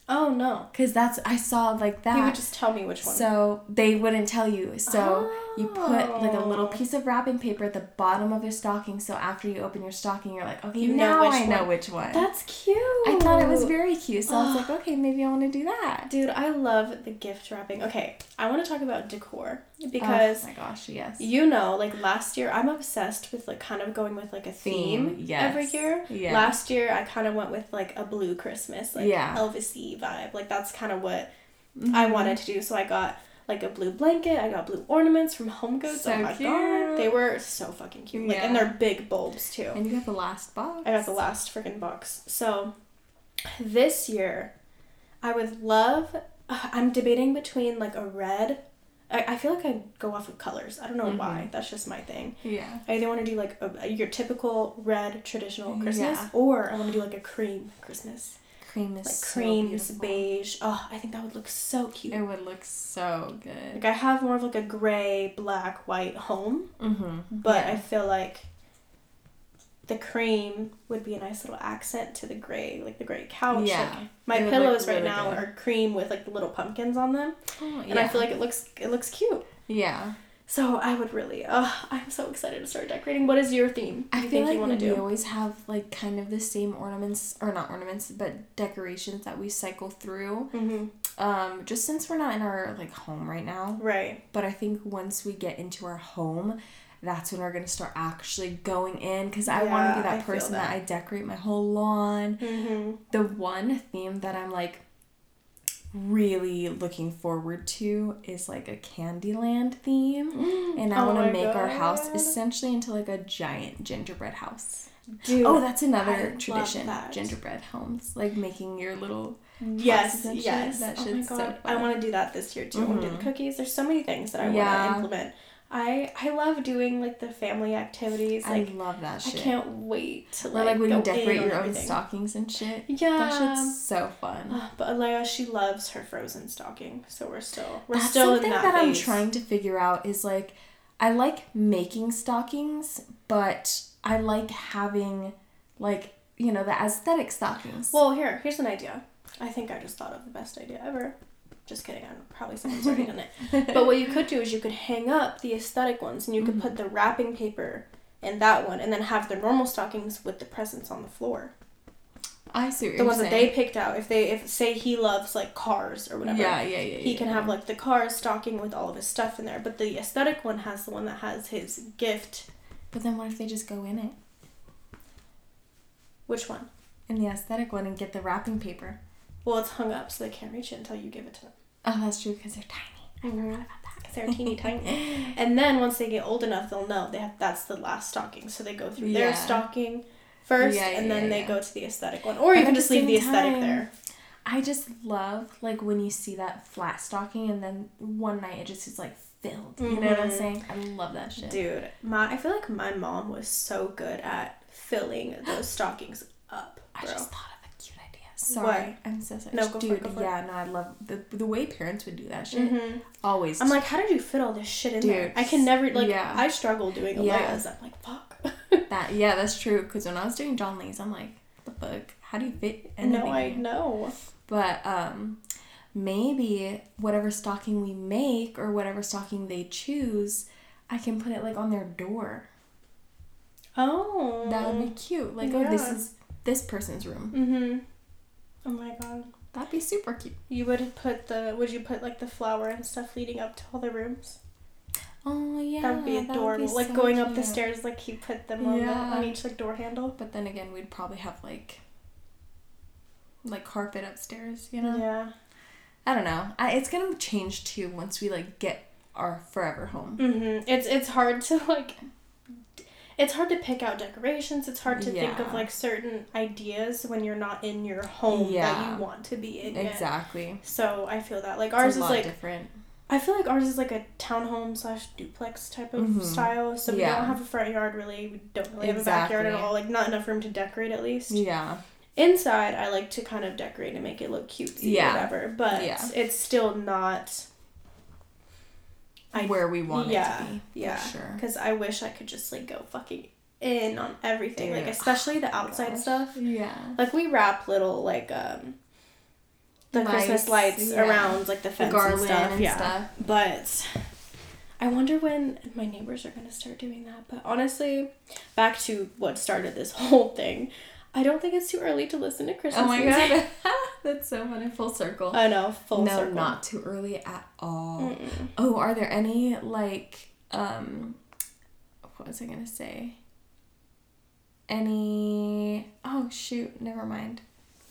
Speaker 3: Oh no.
Speaker 2: Cause that's I saw like that.
Speaker 3: He would just tell me which one.
Speaker 2: So they wouldn't tell you. So you put like a little
Speaker 3: Oh.
Speaker 2: piece of wrapping paper at the bottom of your stocking. So after you open your stocking, you're like, okay,
Speaker 3: You
Speaker 2: now
Speaker 3: know which
Speaker 2: I know
Speaker 3: one."
Speaker 2: which one.
Speaker 3: That's cute.
Speaker 2: I thought it was very cute. So I was
Speaker 3: [gasps]
Speaker 2: like, okay, maybe I want to do that.
Speaker 3: Dude, I love the gift wrapping. Okay, I want to talk about decor because
Speaker 2: oh my gosh, yes.
Speaker 3: you know, like last year, I'm obsessed with like kind of going with like a theme,
Speaker 2: Theme, yes.
Speaker 3: every year.
Speaker 2: Yeah.
Speaker 3: Last year, I kind of went with like a blue Christmas, like
Speaker 2: Yeah. Mm-hmm.
Speaker 3: Elvisy vibe. Like that's kind of what I wanted to do. So I got like a blue blanket. I got blue ornaments from Home Goods.
Speaker 2: So
Speaker 3: oh my god,
Speaker 2: cute.
Speaker 3: they were so fucking cute. Like, and
Speaker 2: Yeah.
Speaker 3: they're big bulbs too.
Speaker 2: And you got the last box.
Speaker 3: I got the last freaking box. So this year, I would love. [sighs] uh, I'm debating between like a red. I, I feel like I go off of colors. I don't know
Speaker 2: Mm-hmm.
Speaker 3: why. That's just my thing.
Speaker 2: Yeah.
Speaker 3: I either want to do like a, your typical red traditional Christmas,
Speaker 2: Yeah.
Speaker 3: or I want to do like a cream Christmas,
Speaker 2: Cream is
Speaker 3: like
Speaker 2: so
Speaker 3: cream
Speaker 2: beautiful.
Speaker 3: beige. Oh, I think that would look so cute.
Speaker 2: It would look so good.
Speaker 3: Like I have more of like a gray, black, white home,
Speaker 2: Mm-hmm.
Speaker 3: but I feel like the cream would be a nice little accent to the gray, like the gray couch.
Speaker 2: Yeah.
Speaker 3: Like, my
Speaker 2: It would look
Speaker 3: pillows right
Speaker 2: really [gasps]
Speaker 3: now
Speaker 2: good.
Speaker 3: are cream with like the little pumpkins on them,
Speaker 2: Oh,
Speaker 3: and I feel like it looks it looks cute.
Speaker 2: yeah.
Speaker 3: So I would really, uh, I'm so excited to start decorating. What is your theme?
Speaker 2: I
Speaker 3: you
Speaker 2: feel like
Speaker 3: you wanna
Speaker 2: we always have like kind of the same ornaments or not ornaments, but decorations that we cycle through.
Speaker 3: Mhm.
Speaker 2: Um, just since we're not in our like home right now,
Speaker 3: Right.
Speaker 2: but I think once we get into our home, that's when we're gonna start actually going in. Cause I want to
Speaker 3: Yeah,
Speaker 2: be
Speaker 3: I
Speaker 2: that
Speaker 3: feel
Speaker 2: person that.
Speaker 3: that.
Speaker 2: I decorate my whole lawn.
Speaker 3: Mm-hmm.
Speaker 2: The one theme that I'm like really looking forward to is like a Candyland theme, and I
Speaker 3: Oh
Speaker 2: want
Speaker 3: my
Speaker 2: to make our house
Speaker 3: God.
Speaker 2: essentially into like a giant gingerbread house.
Speaker 3: Dude.
Speaker 2: Oh, that's another
Speaker 3: love
Speaker 2: tradition.
Speaker 3: that.
Speaker 2: Gingerbread homes, like making your little.
Speaker 3: Yes,
Speaker 2: Houses and shit.
Speaker 3: yes.
Speaker 2: That
Speaker 3: oh my
Speaker 2: shit's so
Speaker 3: god, I
Speaker 2: fun.
Speaker 3: want to do that this year too. I want to do the cookies. There's so many things that I want
Speaker 2: Mm-hmm. Yeah.
Speaker 3: to implement. I I love doing like the family activities. Like
Speaker 2: I love that
Speaker 3: I,
Speaker 2: shit.
Speaker 3: can't wait to
Speaker 2: or
Speaker 3: like,
Speaker 2: like when
Speaker 3: go
Speaker 2: you
Speaker 3: in
Speaker 2: decorate
Speaker 3: on
Speaker 2: your own
Speaker 3: everything.
Speaker 2: stockings and shit.
Speaker 3: Yeah.
Speaker 2: That shit's so fun.
Speaker 3: Ugh, but Alea, she loves her frozen stocking, so we're still we're
Speaker 2: That's
Speaker 3: still
Speaker 2: something
Speaker 3: in that,
Speaker 2: that, I'm
Speaker 3: phase.
Speaker 2: trying to figure out is like, I like making stockings, but I like having, like you know, the aesthetic stockings.
Speaker 3: Well, here here's an idea. I think I just thought of the best idea ever. Just kidding. I don't, probably someone's already
Speaker 2: [laughs]
Speaker 3: done it. But what you could do is you could hang up the aesthetic ones, and you could
Speaker 2: Mm.
Speaker 3: put the wrapping paper in that one, and then have the normal stockings with the presents on the floor.
Speaker 2: I see what
Speaker 3: the
Speaker 2: you're
Speaker 3: ones that they
Speaker 2: saying.
Speaker 3: picked out. If they if say he loves like cars or whatever,
Speaker 2: Yeah, yeah, yeah.
Speaker 3: he
Speaker 2: yeah,
Speaker 3: can
Speaker 2: yeah.
Speaker 3: have like the car stocking with all of his stuff in there. But the aesthetic one has the one that has his gift.
Speaker 2: But then what if they just go in it
Speaker 3: Which one?
Speaker 2: in the aesthetic one and get the wrapping paper?
Speaker 3: Well, it's hung up, so they can't reach it until you give it to them.
Speaker 2: Oh, that's true because they're tiny.
Speaker 3: They're teeny tiny.
Speaker 2: [laughs]
Speaker 3: And then once they get old enough, they'll know they have, that's the last stocking. So they go through their
Speaker 2: Yeah.
Speaker 3: stocking first,
Speaker 2: Yeah,
Speaker 3: and
Speaker 2: yeah,
Speaker 3: then they
Speaker 2: yeah.
Speaker 3: go to the aesthetic one, or
Speaker 2: But
Speaker 3: you
Speaker 2: at
Speaker 3: can
Speaker 2: the
Speaker 3: just leave the
Speaker 2: same
Speaker 3: aesthetic
Speaker 2: time-
Speaker 3: there.
Speaker 2: I just love like when you see that flat stocking and then one night it just is like filled. You know what I'm
Speaker 3: Mhm.
Speaker 2: saying? I love that shit.
Speaker 3: Dude, my I feel like my mom was so good at filling those stockings up,
Speaker 2: I
Speaker 3: bro.
Speaker 2: just thought of a cute idea. Sorry, I'm so sorry.
Speaker 3: No, go for it,
Speaker 2: Dude,
Speaker 3: go for it.
Speaker 2: yeah, no, I love the the way parents would do that shit.
Speaker 3: Mhm.
Speaker 2: Always.
Speaker 3: I'm like, how did you fit all this shit in there?
Speaker 2: Dude,
Speaker 3: I can never like
Speaker 2: yeah.
Speaker 3: I struggle doing a
Speaker 2: Yeah.
Speaker 3: Legos. I'm like, fuck. [laughs]
Speaker 2: that. Yeah, that's true. Because when I was doing John Lee's, I'm like, what the fuck? How do you fit anything?
Speaker 3: No, I
Speaker 2: in here?"
Speaker 3: know.
Speaker 2: But um, maybe whatever stocking we make or whatever stocking they choose, I can put it like on their door.
Speaker 3: Oh.
Speaker 2: That would be cute. Like, oh, this
Speaker 3: Yeah.
Speaker 2: is this person's room.
Speaker 3: Mm-hmm. Oh my god.
Speaker 2: That'd be super cute.
Speaker 3: You would put the would you put like the flower and stuff leading up to all the rooms?
Speaker 2: Oh yeah,
Speaker 3: that would be adorable. like
Speaker 2: so
Speaker 3: going up the
Speaker 2: cute.
Speaker 3: stairs, like you put them on, the,
Speaker 2: Yeah.
Speaker 3: on each like door handle.
Speaker 2: But then again, we'd probably have like like carpet upstairs, you know?
Speaker 3: Yeah.
Speaker 2: I don't know. I, it's gonna change too once we like get our forever home.
Speaker 3: Mm-hmm. It's it's hard to [laughs] like. d- It's hard to pick out decorations. It's hard to think
Speaker 2: Yeah.
Speaker 3: of like certain ideas when you're not in your home that
Speaker 2: Yeah.
Speaker 3: you want to be in. yet.
Speaker 2: Exactly.
Speaker 3: So I feel that like
Speaker 2: Ours
Speaker 3: Mm, ours
Speaker 2: it's a
Speaker 3: is
Speaker 2: lot
Speaker 3: like
Speaker 2: different.
Speaker 3: I feel like ours is like a townhome slash duplex type of
Speaker 2: Mhm.
Speaker 3: style. So we
Speaker 2: Yeah.
Speaker 3: don't have a front yard really. We don't really have a
Speaker 2: Exactly.
Speaker 3: backyard at all. Like not enough room to decorate at least.
Speaker 2: Yeah.
Speaker 3: Inside, I like to kind of decorate and make it look cutesy
Speaker 2: Yeah.
Speaker 3: or whatever. But
Speaker 2: Yeah.
Speaker 3: it's still not. I
Speaker 2: where we want it
Speaker 3: yeah,
Speaker 2: to be.
Speaker 3: yeah.
Speaker 2: For sure.
Speaker 3: because I wish I could just like go fucking in on everything, like
Speaker 2: Dude.
Speaker 3: especially the
Speaker 2: Oh my
Speaker 3: outside
Speaker 2: gosh.
Speaker 3: stuff.
Speaker 2: Yeah.
Speaker 3: Like we wrap little like um the Christmas
Speaker 2: Lights,
Speaker 3: lights
Speaker 2: yeah.
Speaker 3: around like the
Speaker 2: The
Speaker 3: fence
Speaker 2: garland
Speaker 3: and stuff. yeah,
Speaker 2: stuff.
Speaker 3: but I wonder when my neighbors are gonna start doing that. But honestly, back to what started this [laughs] whole thing, I don't think it's too early to listen to Christmas.
Speaker 2: Oh my
Speaker 3: [laughs] music.
Speaker 2: god. [laughs] That's so funny. Full circle.
Speaker 3: I know, full
Speaker 2: no,
Speaker 3: circle. Mm.
Speaker 2: not too early at all.
Speaker 3: Mm-mm.
Speaker 2: Oh, are there any like um what was I gonna say? Any oh shoot, never mind.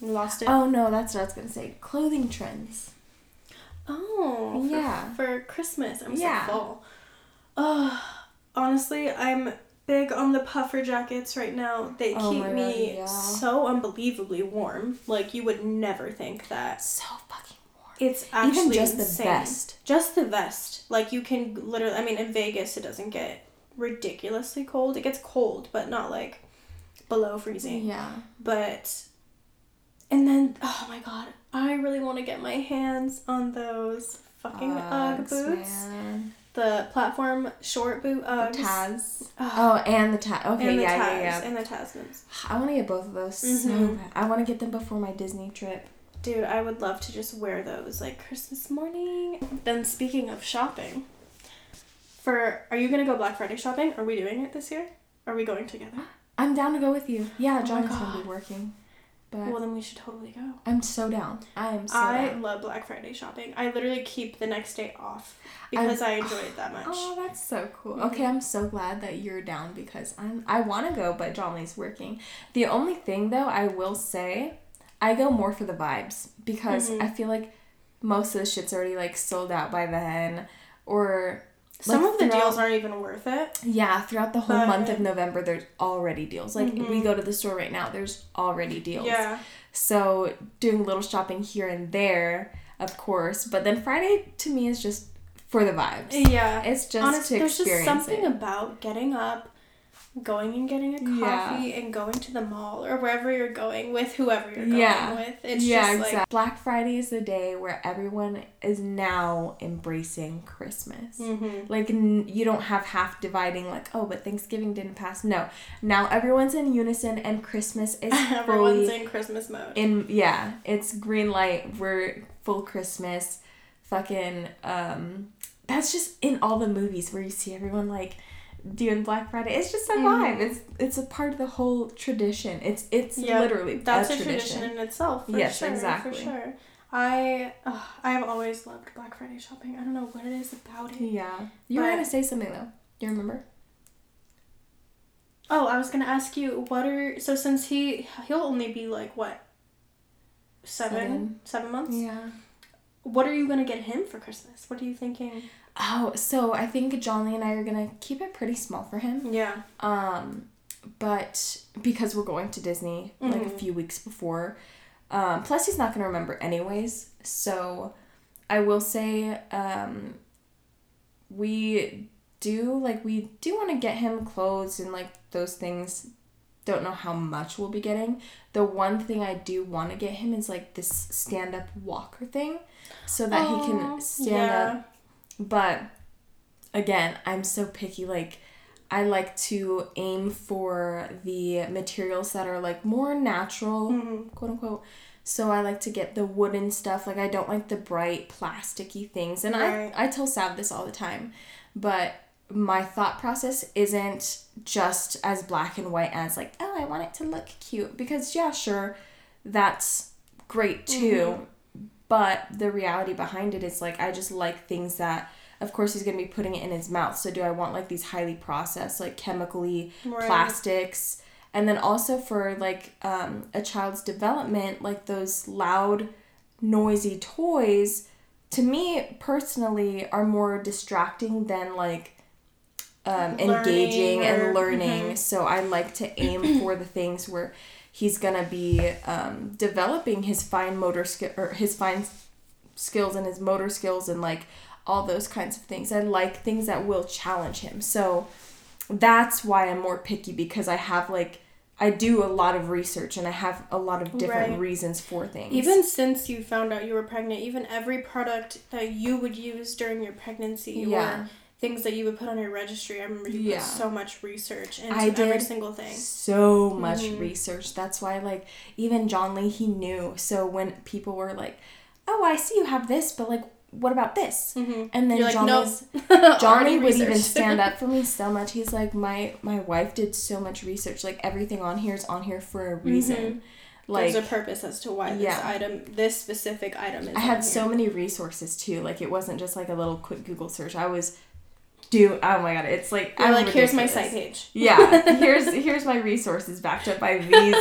Speaker 3: Lost it.
Speaker 2: Oh no, that's what I was gonna say. Clothing trends.
Speaker 3: Oh, for-
Speaker 2: Yeah.
Speaker 3: For, Christmas, I'm
Speaker 2: Yeah.
Speaker 3: so full. Ugh. honestly, I'm big on the puffer jackets right now. They
Speaker 2: Oh
Speaker 3: keep
Speaker 2: my
Speaker 3: me
Speaker 2: God, yeah.
Speaker 3: so unbelievably warm. Like you would never think that.
Speaker 2: So fucking warm.
Speaker 3: It's actually
Speaker 2: Even just the
Speaker 3: insane.
Speaker 2: vest.
Speaker 3: Just the vest. Like you can literally. I mean, in Vegas, it doesn't get ridiculously cold. It gets cold, but not like below freezing.
Speaker 2: Yeah.
Speaker 3: But. And then, oh my god, I really want to get my hands on those fucking Ugg
Speaker 2: Uggs,
Speaker 3: boots
Speaker 2: man.
Speaker 3: the platform short boot
Speaker 2: The
Speaker 3: Uggs. [sighs]
Speaker 2: Taz.
Speaker 3: Ugh.
Speaker 2: Oh, and the Taz. Okay,
Speaker 3: and the
Speaker 2: yeah,
Speaker 3: Taz,
Speaker 2: yeah, yeah.
Speaker 3: And the Tasmans.
Speaker 2: I want to get both of those so
Speaker 3: Mhm.
Speaker 2: bad. I want to get them before my Disney trip.
Speaker 3: Dude, I would love to just wear those like Christmas morning. Then speaking of shopping, for are you gonna go Black Friday shopping? Are we doing it this year? Are we going together?
Speaker 2: I'm down to go with you. Yeah,
Speaker 3: Oh my
Speaker 2: John's gonna
Speaker 3: God.
Speaker 2: be working, but
Speaker 3: Well, then we should totally go.
Speaker 2: I'm so down. I am so
Speaker 3: I
Speaker 2: down.
Speaker 3: love Black Friday shopping. I literally keep the next day off because I, enjoy it that much.
Speaker 2: [gasps] Oh, that's so cool.
Speaker 3: Mhm.
Speaker 2: Okay, I'm so glad that you're down because I'm I want to go, but John Lee's working. The only thing though, I will say, I go more for the vibes because
Speaker 3: Mhm.
Speaker 2: I feel like most of the shit's already like sold out by then or
Speaker 3: Some
Speaker 2: like,
Speaker 3: of the
Speaker 2: throughout-
Speaker 3: deals aren't even worth it.
Speaker 2: yeah, throughout the whole
Speaker 3: But-
Speaker 2: month of November there's already deals. Like we
Speaker 3: Mhm.
Speaker 2: go to the store right now, there's already deals.
Speaker 3: Yeah.
Speaker 2: So doing little shopping here and there, of course, but then Friday to me is just for the vibes.
Speaker 3: Yeah.
Speaker 2: It's just
Speaker 3: Honestly,
Speaker 2: to
Speaker 3: there's
Speaker 2: experience
Speaker 3: just something
Speaker 2: it.
Speaker 3: about getting up, going and getting a
Speaker 2: Yeah.
Speaker 3: coffee, and going to the mall or wherever you're going with whoever you're going
Speaker 2: Yeah.
Speaker 3: with. It's
Speaker 2: yeah,
Speaker 3: just
Speaker 2: exactly. Black Friday is the day where everyone is now embracing Christmas.
Speaker 3: like. [laughs] hmm
Speaker 2: Like n- you don't have half dividing like oh but Thanksgiving didn't pass. No. Now everyone's in unison and Christmas is
Speaker 3: [laughs] Everyone's
Speaker 2: fully
Speaker 3: in Christmas mode.
Speaker 2: in yeah, it's green light. We're full Christmas fucking um that's just in all the movies where you see everyone like doing Black Friday. It's just a
Speaker 3: Mhm.
Speaker 2: vibe. It's it's a part of the whole tradition. It's it's
Speaker 3: Yep,
Speaker 2: literally
Speaker 3: That's a tradition. in itself. For
Speaker 2: Yes,
Speaker 3: sure,
Speaker 2: exactly.
Speaker 3: For sure. I ugh, I have always loved Black Friday shopping. I don't know what it is about it.
Speaker 2: Yeah. You were
Speaker 3: But-
Speaker 2: gonna say something though. You remember?
Speaker 3: Oh, I was gonna ask you what are so since he he'll only be like what seven seven
Speaker 2: Seven.
Speaker 3: months.
Speaker 2: Yeah.
Speaker 3: What are you gonna get him for Christmas? What are you thinking?
Speaker 2: Oh, so I think John Lee and I are gonna keep it pretty small for him.
Speaker 3: Yeah.
Speaker 2: Um, but because we're going to Disney like a
Speaker 3: Mhm.
Speaker 2: few weeks before, um, plus he's not gonna remember anyways. So, I will say, um, we do like we do want to get him clothes and like those things. Don't know how much we'll be getting. The one thing I do want to get him is like this stand up walker thing, so that he
Speaker 3: Aw,
Speaker 2: can stand up but again, I'm so picky. Like, I like to aim for the materials that are like more natural,
Speaker 3: Mm-hmm.
Speaker 2: quote unquote. So I like to get the wooden stuff. Like I don't like the bright plasticky things. And
Speaker 3: Right.
Speaker 2: I I tell Sav this all the time, but my thought process isn't just as black and white as like, oh, I want it to look cute because yeah, sure, that's great too. But the reality behind it is like I just like things that of course he's gonna be putting it in his mouth. So do I want like these highly processed, like chemically
Speaker 3: Right.
Speaker 2: plastics? And then also for like um, a child's development, like those loud, noisy toys, to me personally are more distracting than like um,
Speaker 3: Learning
Speaker 2: engaging
Speaker 3: or- mm-hmm.
Speaker 2: and learning. So I like to
Speaker 3: [clears throat]
Speaker 2: aim for the things where he's gonna be um, developing his fine motor skill or his fine s- skills and his motor skills and like all those kinds of things. I like things that will challenge him. So that's why I'm more picky because I have like I do a lot of research and I have a lot of different
Speaker 3: Right.
Speaker 2: reasons for things.
Speaker 3: Even since you found out you were pregnant, even every product that you would use during your pregnancy
Speaker 2: Yeah.
Speaker 3: or things that you would put on your registry, I remember you
Speaker 2: Yeah.
Speaker 3: put so much research into
Speaker 2: I
Speaker 3: every
Speaker 2: did
Speaker 3: single thing.
Speaker 2: so much
Speaker 3: Mm-hmm.
Speaker 2: research. That's why, like, even John Lee, he knew. So when people were like, "Oh, I see you have this, but like, what about this?" [laughs] and then
Speaker 3: Mm-hmm. You're like,
Speaker 2: John
Speaker 3: "Nope."
Speaker 2: Lee's, John
Speaker 3: Already
Speaker 2: Lee would even
Speaker 3: researched.
Speaker 2: stand
Speaker 3: [laughs]
Speaker 2: up for me so much. He's like, "My my wife did so much research. Like everything on here is on here for a reason. Like."
Speaker 3: Mm-hmm. There's a purpose as to why
Speaker 2: Yeah.
Speaker 3: this item, this specific item is.
Speaker 2: I
Speaker 3: on
Speaker 2: had
Speaker 3: here.
Speaker 2: so many resources too. Like it wasn't just like a little quick Google search. I was do oh my god, it's like
Speaker 3: You're
Speaker 2: I'm
Speaker 3: like, here's my
Speaker 2: ridiculous."
Speaker 3: site page. [laughs]
Speaker 2: Yeah, here's here's my resources backed up by these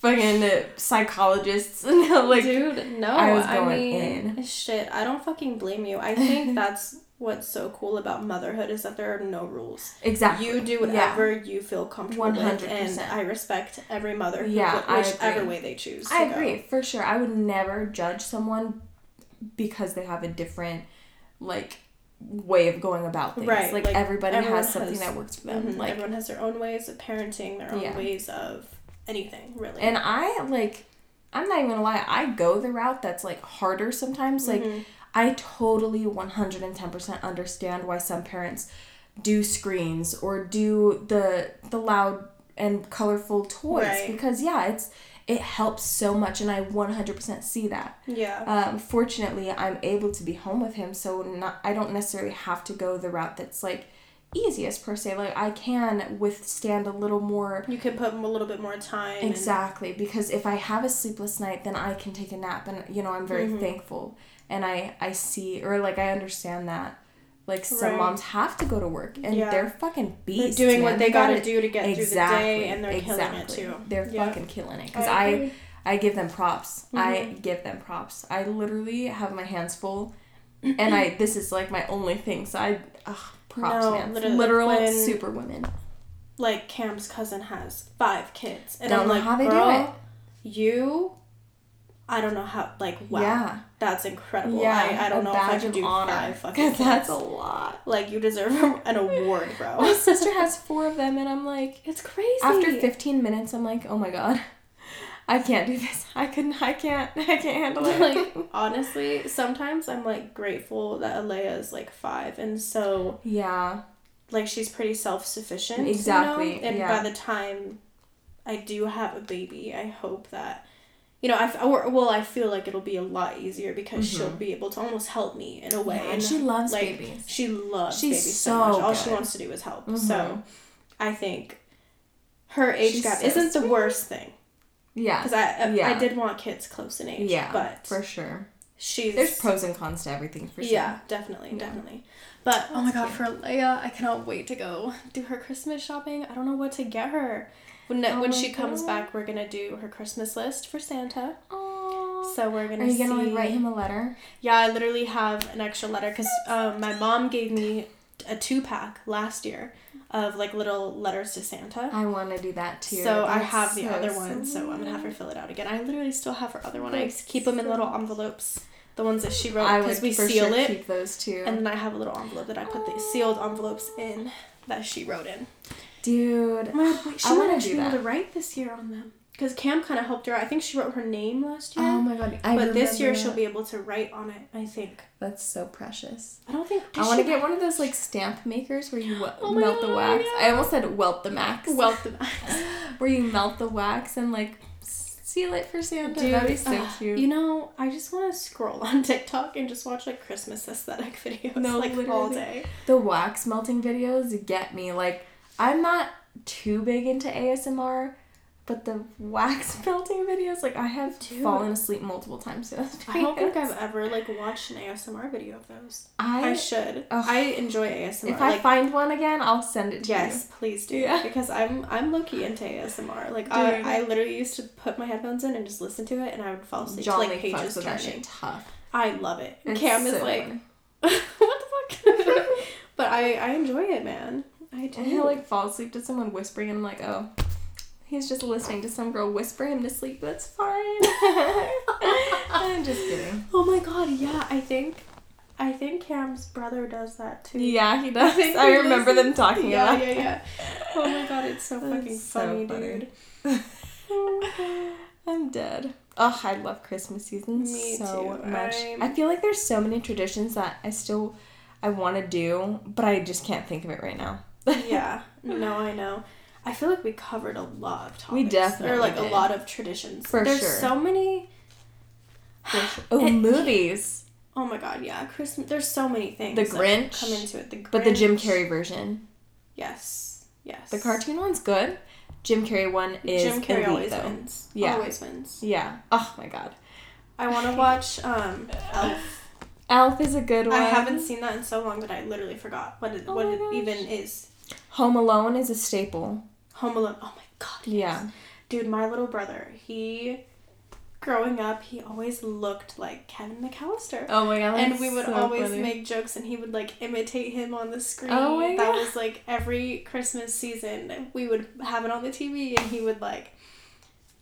Speaker 2: fucking psychologists [laughs] and like
Speaker 3: Dude, no,
Speaker 2: I
Speaker 3: I,
Speaker 2: was going
Speaker 3: mean, shit, I don't fucking blame you.
Speaker 2: [laughs]
Speaker 3: I think that's what's so cool about motherhood is that there are no rules.
Speaker 2: exactly
Speaker 3: You do whatever you feel comfortable with, and
Speaker 2: 100%.
Speaker 3: I respect every mother, who-
Speaker 2: Yeah, I
Speaker 3: whichever
Speaker 2: agree.
Speaker 3: way they choose.
Speaker 2: I
Speaker 3: to
Speaker 2: agree for sure. I would never judge someone because they have a different like way of going about things.
Speaker 3: Right,
Speaker 2: Like,
Speaker 3: like,
Speaker 2: everybody
Speaker 3: everyone
Speaker 2: has something
Speaker 3: has-
Speaker 2: that works for
Speaker 3: Go.
Speaker 2: them.
Speaker 3: Mhm,
Speaker 2: Like
Speaker 3: everyone has their own ways of parenting, their own
Speaker 2: Yeah.
Speaker 3: ways of anything, really.
Speaker 2: And I like, I'm not even gonna lie, I go the route that's like harder sometimes. Like, I totally 110% understand why some parents do screens or do the the loud and colorful toys
Speaker 3: Right.
Speaker 2: because yeah, it's it helps so much, and I 100% see that.
Speaker 3: yeah,
Speaker 2: Um, fortunately, I'm able to be home with him, so not I don't necessarily have to go the route that's like easiest per se. Like I can withstand a little more
Speaker 3: you can put a little bit more time. and-
Speaker 2: Exactly, because if I have a sleepless night, then I can take a nap, and you know I'm
Speaker 3: Mm-hmm.
Speaker 2: very thankful, and I I see or like I understand that, like some
Speaker 3: Right.
Speaker 2: moms have to go to work, and
Speaker 3: Yeah.
Speaker 2: they're fucking
Speaker 3: They're
Speaker 2: beasts.
Speaker 3: doing
Speaker 2: man.
Speaker 3: what they gotta
Speaker 2: gotta-
Speaker 3: do to get
Speaker 2: exactly,
Speaker 3: through the day, and they're
Speaker 2: exactly.
Speaker 3: killing it too.
Speaker 2: They're
Speaker 3: Yeah.
Speaker 2: fucking killing it because
Speaker 3: I
Speaker 2: I
Speaker 3: agree. Mm-hmm.
Speaker 2: I give them props. I give them props. I literally have my hands full, and
Speaker 3: [clears throat]
Speaker 2: I this is like my only thing. So I ugh, props,
Speaker 3: No,
Speaker 2: man.
Speaker 3: literally,
Speaker 2: Literal
Speaker 3: when-
Speaker 2: superwomen.
Speaker 3: Like Cam's cousin has five kids, and
Speaker 2: Don't
Speaker 3: I'm
Speaker 2: know
Speaker 3: like,
Speaker 2: how they do
Speaker 3: girl, you. I don't know how. Like, wow,
Speaker 2: Yeah.
Speaker 3: that's incredible.
Speaker 2: Yeah,
Speaker 3: I, I don't
Speaker 2: a
Speaker 3: know if I
Speaker 2: badge
Speaker 3: could
Speaker 2: of
Speaker 3: do
Speaker 2: honor,
Speaker 3: five
Speaker 2: [laughs]
Speaker 3: fucking.
Speaker 2: 'cause
Speaker 3: Kids.
Speaker 2: that's a
Speaker 3: [laughs]
Speaker 2: lot.
Speaker 3: Like you deserve an award,
Speaker 2: [laughs] My
Speaker 3: bro.
Speaker 2: sister has four of them, and I'm like,
Speaker 3: It's crazy.
Speaker 2: after [laughs] 15 minutes, I'm like, oh my god, [laughs] I can't do this. I couldn't. I can't. [laughs] I can't handle it.
Speaker 3: like [laughs] honestly, sometimes I'm like grateful that Alea is like five, and so
Speaker 2: yeah,
Speaker 3: like she's pretty self sufficient. you know?
Speaker 2: Exactly,
Speaker 3: And
Speaker 2: yeah.
Speaker 3: by the time I do have a baby, I hope that. You know, I f- or, well, I feel like it'll be a lot easier because she'll be able to almost help me in a way.
Speaker 2: Mm-hmm. Yeah, and she loves
Speaker 3: like,
Speaker 2: babies.
Speaker 3: She loves
Speaker 2: She's
Speaker 3: babies so much.
Speaker 2: so
Speaker 3: All she
Speaker 2: good. Mm-hmm.
Speaker 3: wants to do is help. So, I think her age
Speaker 2: She's
Speaker 3: gap
Speaker 2: so
Speaker 3: isn't the
Speaker 2: sweet.
Speaker 3: worst thing
Speaker 2: yeah,
Speaker 3: because I I- I
Speaker 2: Yeah.
Speaker 3: did want kids close in age.
Speaker 2: yeah,
Speaker 3: but
Speaker 2: for sure.
Speaker 3: she's
Speaker 2: There's pros and cons to everything for sure.
Speaker 3: yeah, definitely, definitely. But oh my god, for Leia, I cannot wait to go do her Christmas shopping. I don't know what to get her. When
Speaker 2: Oh
Speaker 3: when
Speaker 2: my
Speaker 3: she comes
Speaker 2: God.
Speaker 3: back, we're gonna do her Christmas list for Santa.
Speaker 2: Aww.
Speaker 3: So we're gonna.
Speaker 2: Are you gonna
Speaker 3: see-
Speaker 2: like write him a letter?
Speaker 3: Yeah, I literally have an extra letter because um, my mom gave me a two pack last year of like little letters to Santa.
Speaker 2: I want to do that too.
Speaker 3: So I
Speaker 2: Oh, That's
Speaker 3: have the
Speaker 2: so
Speaker 3: other one, so I'm
Speaker 2: sweet.
Speaker 3: gonna have her fill it out again. I literally still have her other one. I
Speaker 2: That's
Speaker 3: keep them in
Speaker 2: so-
Speaker 3: little envelopes, the ones that she wrote,
Speaker 2: I
Speaker 3: because
Speaker 2: would
Speaker 3: we
Speaker 2: for
Speaker 3: seal
Speaker 2: sure
Speaker 3: it.
Speaker 2: keep those too.
Speaker 3: And then I have a little envelope that I put the sealed envelopes in that she wrote in.
Speaker 2: Dude,
Speaker 3: my god, wait,
Speaker 2: I wanna do that.
Speaker 3: write this year on them. Because Cam kind of helped her. out. I think she wrote her name last year.
Speaker 2: Oh my god. I
Speaker 3: but this year
Speaker 2: remember
Speaker 3: she'll
Speaker 2: that.
Speaker 3: be able to write on it, I think.
Speaker 2: That's so precious.
Speaker 3: I don't think.
Speaker 2: I want to get one of those like stamp makers where you wel-
Speaker 3: [gasps] Oh my
Speaker 2: melt the
Speaker 3: God,
Speaker 2: wax.
Speaker 3: yeah.
Speaker 2: I almost said welt the max.
Speaker 3: Wealth the Max.
Speaker 2: where you melt the wax and like s- seal it for Santa.
Speaker 3: Dude,
Speaker 2: That'd be so
Speaker 3: ugh,
Speaker 2: cute.
Speaker 3: You know, I just want to scroll [laughs] on TikTok and just watch like Christmas aesthetic [laughs] videos
Speaker 2: No,
Speaker 3: like all
Speaker 2: literally.
Speaker 3: day.
Speaker 2: the wax melting videos get me. Like I'm not too big into ASMR, but the wax [laughs] melting videos, like I have
Speaker 3: Dude.
Speaker 2: fallen asleep multiple times to those.
Speaker 3: I don't think
Speaker 2: videos.
Speaker 3: I've ever like watched an ASMR video of those. I,
Speaker 2: I
Speaker 3: should.
Speaker 2: Ugh.
Speaker 3: I enjoy ASMR.
Speaker 2: if I
Speaker 3: like,
Speaker 2: find one again, I'll send it to
Speaker 3: yes, please do
Speaker 2: Yeah.
Speaker 3: because I'm I'm low key into ASMR. Like I,
Speaker 2: Dude.
Speaker 3: I literally used to put my headphones in and just listen to it, and I would fall
Speaker 2: you.
Speaker 3: asleep to
Speaker 2: John
Speaker 3: like
Speaker 2: like fucks
Speaker 3: pages
Speaker 2: with that shit
Speaker 3: turning.
Speaker 2: tough.
Speaker 3: I love it.
Speaker 2: It's
Speaker 3: Cam is
Speaker 2: so
Speaker 3: like,
Speaker 2: funny.
Speaker 3: [laughs] what [laughs] the fuck? but I I enjoy it, man. I do.
Speaker 2: and he'll like fall asleep to someone whispering, and I'm like, oh, he's just listening to some girl whisper him to sleep. That's
Speaker 3: [laughs]
Speaker 2: fine. [laughs] I'm just kidding.
Speaker 3: Oh my god, yeah, I think I think Cam's brother does that too.
Speaker 2: Yeah, he does.
Speaker 3: think
Speaker 2: I
Speaker 3: he
Speaker 2: remember them
Speaker 3: listens-
Speaker 2: talking
Speaker 3: yeah,
Speaker 2: about
Speaker 3: yeah,
Speaker 2: it.
Speaker 3: yeah. Oh my god, it's so
Speaker 2: That's
Speaker 3: fucking
Speaker 2: so
Speaker 3: funny,
Speaker 2: funny.
Speaker 3: dude. Oh my God.
Speaker 2: [laughs] I'm dead. Oh, I love Christmas season
Speaker 3: Me
Speaker 2: so
Speaker 3: too.
Speaker 2: much.
Speaker 3: I'm-
Speaker 2: I feel like there's so many traditions that I still I want to do, but I just can't think of it right
Speaker 3: [gasps]
Speaker 2: now.
Speaker 3: yeah, no, I know. I feel like we covered a lot of topics.
Speaker 2: We definitely
Speaker 3: or like
Speaker 2: did.
Speaker 3: a lot of traditions.
Speaker 2: For
Speaker 3: There's
Speaker 2: sure.
Speaker 3: so many.
Speaker 2: Oh,
Speaker 3: It-
Speaker 2: movies.
Speaker 3: Oh my god, yeah, Christmas. There's so many things.
Speaker 2: The
Speaker 3: that
Speaker 2: Grinch,
Speaker 3: come into it. The Grinch.
Speaker 2: But the Jim Carrey version.
Speaker 3: Yes. Yes.
Speaker 2: The cartoon one's good. Jim Carrey one is
Speaker 3: Jim Carrey
Speaker 2: elite,
Speaker 3: always
Speaker 2: though.
Speaker 3: wins.
Speaker 2: Yeah.
Speaker 3: Always wins.
Speaker 2: Yeah. Oh my god.
Speaker 3: I want to watch
Speaker 2: [laughs]
Speaker 3: um Elf.
Speaker 2: Elf is a good one.
Speaker 3: I haven't seen that in so long that I literally forgot what it,
Speaker 2: Oh
Speaker 3: what
Speaker 2: my
Speaker 3: it
Speaker 2: gosh.
Speaker 3: even is.
Speaker 2: Home Alone is a staple.
Speaker 3: Home Alone. Oh my god.
Speaker 2: Yeah.
Speaker 3: Dude, my little brother, he growing up, he always looked like Kevin McAllister.
Speaker 2: Oh my god.
Speaker 3: and
Speaker 2: that's
Speaker 3: we would
Speaker 2: so
Speaker 3: always
Speaker 2: funny.
Speaker 3: make jokes and he would like imitate him on the screen.
Speaker 2: Oh my
Speaker 3: that
Speaker 2: God.
Speaker 3: was like every Christmas season we would have it on the TV and he would like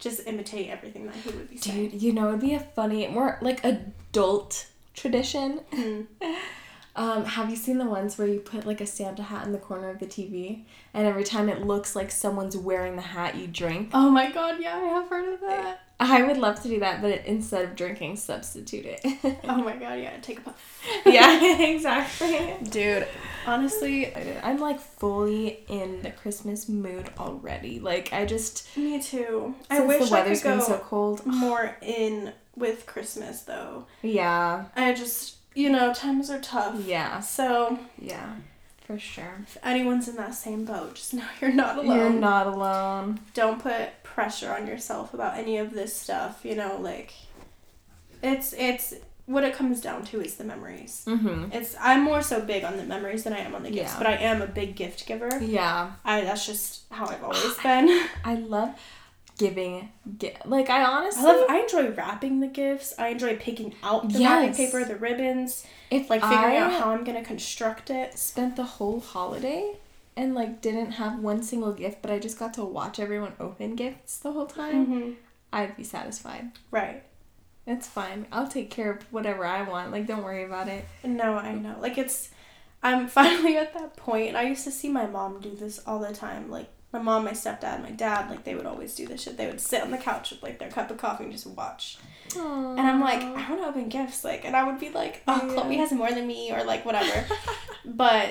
Speaker 3: just imitate everything that he would be saying.
Speaker 2: Dude, you know it'd be a funny, more like adult tradition.
Speaker 3: Mhm.
Speaker 2: [laughs] Um, have you seen the ones where you put like a Santa hat in the corner of the TV, and every time it looks like someone's wearing the hat, you drink?
Speaker 3: Oh my god, yeah, I have heard of that.
Speaker 2: I would love to do that, but instead of drinking, substitute it. [laughs]
Speaker 3: Oh my god, yeah, take a puff.
Speaker 2: yeah, [laughs] exactly.
Speaker 3: Dude, honestly,
Speaker 2: I'm like fully in the Christmas mood already. Like I just
Speaker 3: me too. I
Speaker 2: since
Speaker 3: wish
Speaker 2: the weather's
Speaker 3: I could go
Speaker 2: been so cold.
Speaker 3: more in with Christmas though.
Speaker 2: Yeah,
Speaker 3: I just, you know, times are tough.
Speaker 2: yeah,
Speaker 3: So
Speaker 2: yeah, for sure.
Speaker 3: if anyone's in that same boat, just know [laughs] you're not alone.
Speaker 2: You're not alone.
Speaker 3: Don't put pressure on yourself about any of this stuff. You know, like it's it's what it comes down to is the memories.
Speaker 2: Mm-hmm.
Speaker 3: It's I'm more so big on the memories than I am on the gifts,
Speaker 2: Yeah.
Speaker 3: but I am a big gift giver.
Speaker 2: Yeah,
Speaker 3: I that's just how
Speaker 2: [gasps]
Speaker 3: I've always been.
Speaker 2: I love giving. Gi- like I honestly
Speaker 3: I love [laughs] I enjoy wrapping the gifts. I enjoy picking out the wrapping
Speaker 2: Yes.
Speaker 3: paper, the ribbons,
Speaker 2: if
Speaker 3: like
Speaker 2: I
Speaker 3: figuring out how I'm gonna construct it.
Speaker 2: spent the whole holiday and like didn't have one single gift, but I just got to watch everyone open gifts the whole time.
Speaker 3: Mm-hmm.
Speaker 2: I'd be satisfied.
Speaker 3: Right.
Speaker 2: It's fine. I'll take care of whatever I want. Like don't worry about it.
Speaker 3: No, I know. Like it's I'm [laughs] finally at that point. And I used to see my mom do this all the time. Like my mom, my stepdad, my dad, like they would always do this shit. They would sit on the couch with like their cup of coffee and just watch.
Speaker 2: Aww.
Speaker 3: And I'm like, I want to open gifts, like, and I would be like, oh,
Speaker 2: Yeah.
Speaker 3: Chloe has more than me, or
Speaker 2: [laughs]
Speaker 3: like whatever. but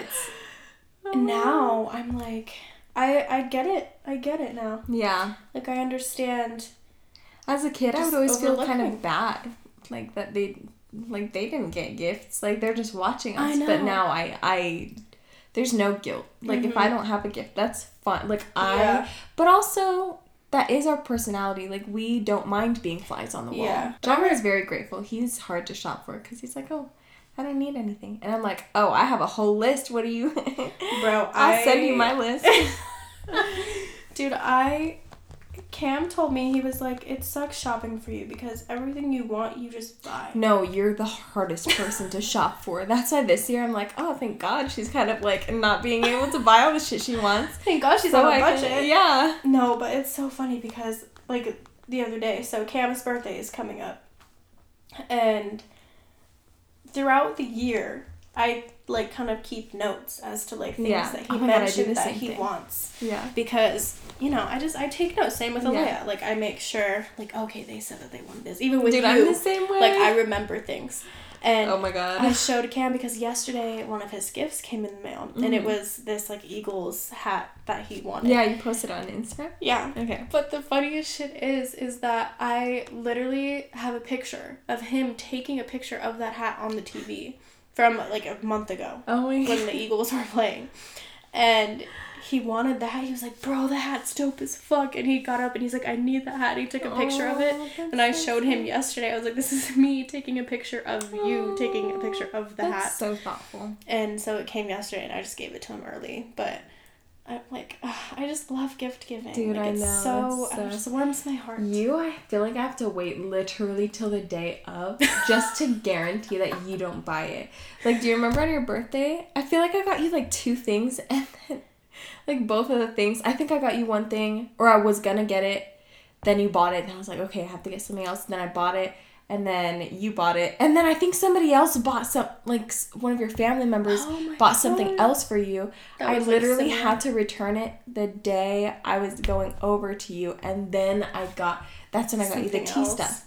Speaker 3: now I'm like, I I get it, I get it now.
Speaker 2: Yeah.
Speaker 3: Like I understand.
Speaker 2: As a kid, I
Speaker 3: Just
Speaker 2: would always feel
Speaker 3: overlook
Speaker 2: kind
Speaker 3: me.
Speaker 2: of bad, like that they, like they didn't get gifts. Like they're just watching
Speaker 3: I
Speaker 2: us. But
Speaker 3: know.
Speaker 2: now I, I, there's no guilt. Like if I don't have a gift, that's fun. Like I,
Speaker 3: Mm-hmm. Yeah.
Speaker 2: but also that is our personality. Like we don't mind being flies on the wall.
Speaker 3: Yeah.
Speaker 2: John is very grateful. He's hard to shop for because he's like, oh, I don't need anything, and I'm like, oh, I have a whole list. What do you? [laughs]
Speaker 3: Bro,
Speaker 2: I'll
Speaker 3: I
Speaker 2: send you my list.
Speaker 3: Dude, I Cam told me he was like, it sucks shopping for you because everything you want you
Speaker 2: [laughs]
Speaker 3: just buy.
Speaker 2: No, you're the hardest person to shop for. That's why this year I'm like, oh, thank God she's kind of like not being able to buy all the shit she wants.
Speaker 3: Thank God she's
Speaker 2: So
Speaker 3: on
Speaker 2: I
Speaker 3: a
Speaker 2: can-
Speaker 3: budget.
Speaker 2: yeah.
Speaker 3: No, but it's so funny because like the other day, so Cam's birthday is coming up, and throughout the year, I like kind of keep notes as to like things
Speaker 2: Yeah.
Speaker 3: that he
Speaker 2: Oh my God, I do
Speaker 3: mentioned
Speaker 2: the
Speaker 3: that
Speaker 2: same
Speaker 3: he
Speaker 2: thing.
Speaker 3: wants
Speaker 2: Yeah.
Speaker 3: because you know I just I take notes. Same with Alea.
Speaker 2: Yeah.
Speaker 3: Like I make sure like okay they said that they wanted this even with
Speaker 2: Dude,
Speaker 3: you.
Speaker 2: I'm the same way.
Speaker 3: like I remember things and
Speaker 2: oh my god.
Speaker 3: I showed Cam because yesterday one of his gifts came in the mail and it was this like Eagles hat that he wanted.
Speaker 2: Mm-hmm. yeah, you posted on Instagram.
Speaker 3: Yeah.
Speaker 2: Okay.
Speaker 3: But the funniest shit is is that I literally have a picture of him taking a picture of that hat on the TV from like a month ago
Speaker 2: Oh my [laughs]
Speaker 3: when the Eagles were playing. And he wanted the hat. He was like, "Bro, the hat's dope as fuck." And he got up and he's like, "I need the hat." And he took a picture of it.
Speaker 2: Oh, that's
Speaker 3: And I
Speaker 2: so
Speaker 3: showed him yesterday. I was like, "This is [laughs] me taking a picture of you taking a picture of the
Speaker 2: That's
Speaker 3: hat."
Speaker 2: so thoughtful.
Speaker 3: And so it came yesterday, and I just gave it to him early. But I'm like, ugh, I just love gift giving.
Speaker 2: Dude,
Speaker 3: like,
Speaker 2: I
Speaker 3: it's
Speaker 2: know,
Speaker 3: So,
Speaker 2: it's so-
Speaker 3: It just warms my heart.
Speaker 2: You, I feel like I have to wait literally till the day of just
Speaker 3: [laughs]
Speaker 2: to guarantee that you don't buy it. Like, do you remember on your birthday? I feel like I got you like two things, [laughs] and then like both of the things. I think I got you one thing, or I was gonna get it. Then you bought it. Then I was like, okay, I have to get something else. then I bought it, and then you bought it, and then I think somebody else bought some, like s- one of your family members
Speaker 3: Oh my
Speaker 2: bought something
Speaker 3: God.
Speaker 2: else for you.
Speaker 3: That
Speaker 2: I
Speaker 3: was, like,
Speaker 2: literally
Speaker 3: similar.
Speaker 2: had to return it the day I was going over to you, and then I got. That's when I got you
Speaker 3: Something
Speaker 2: the tea
Speaker 3: else.
Speaker 2: stuff.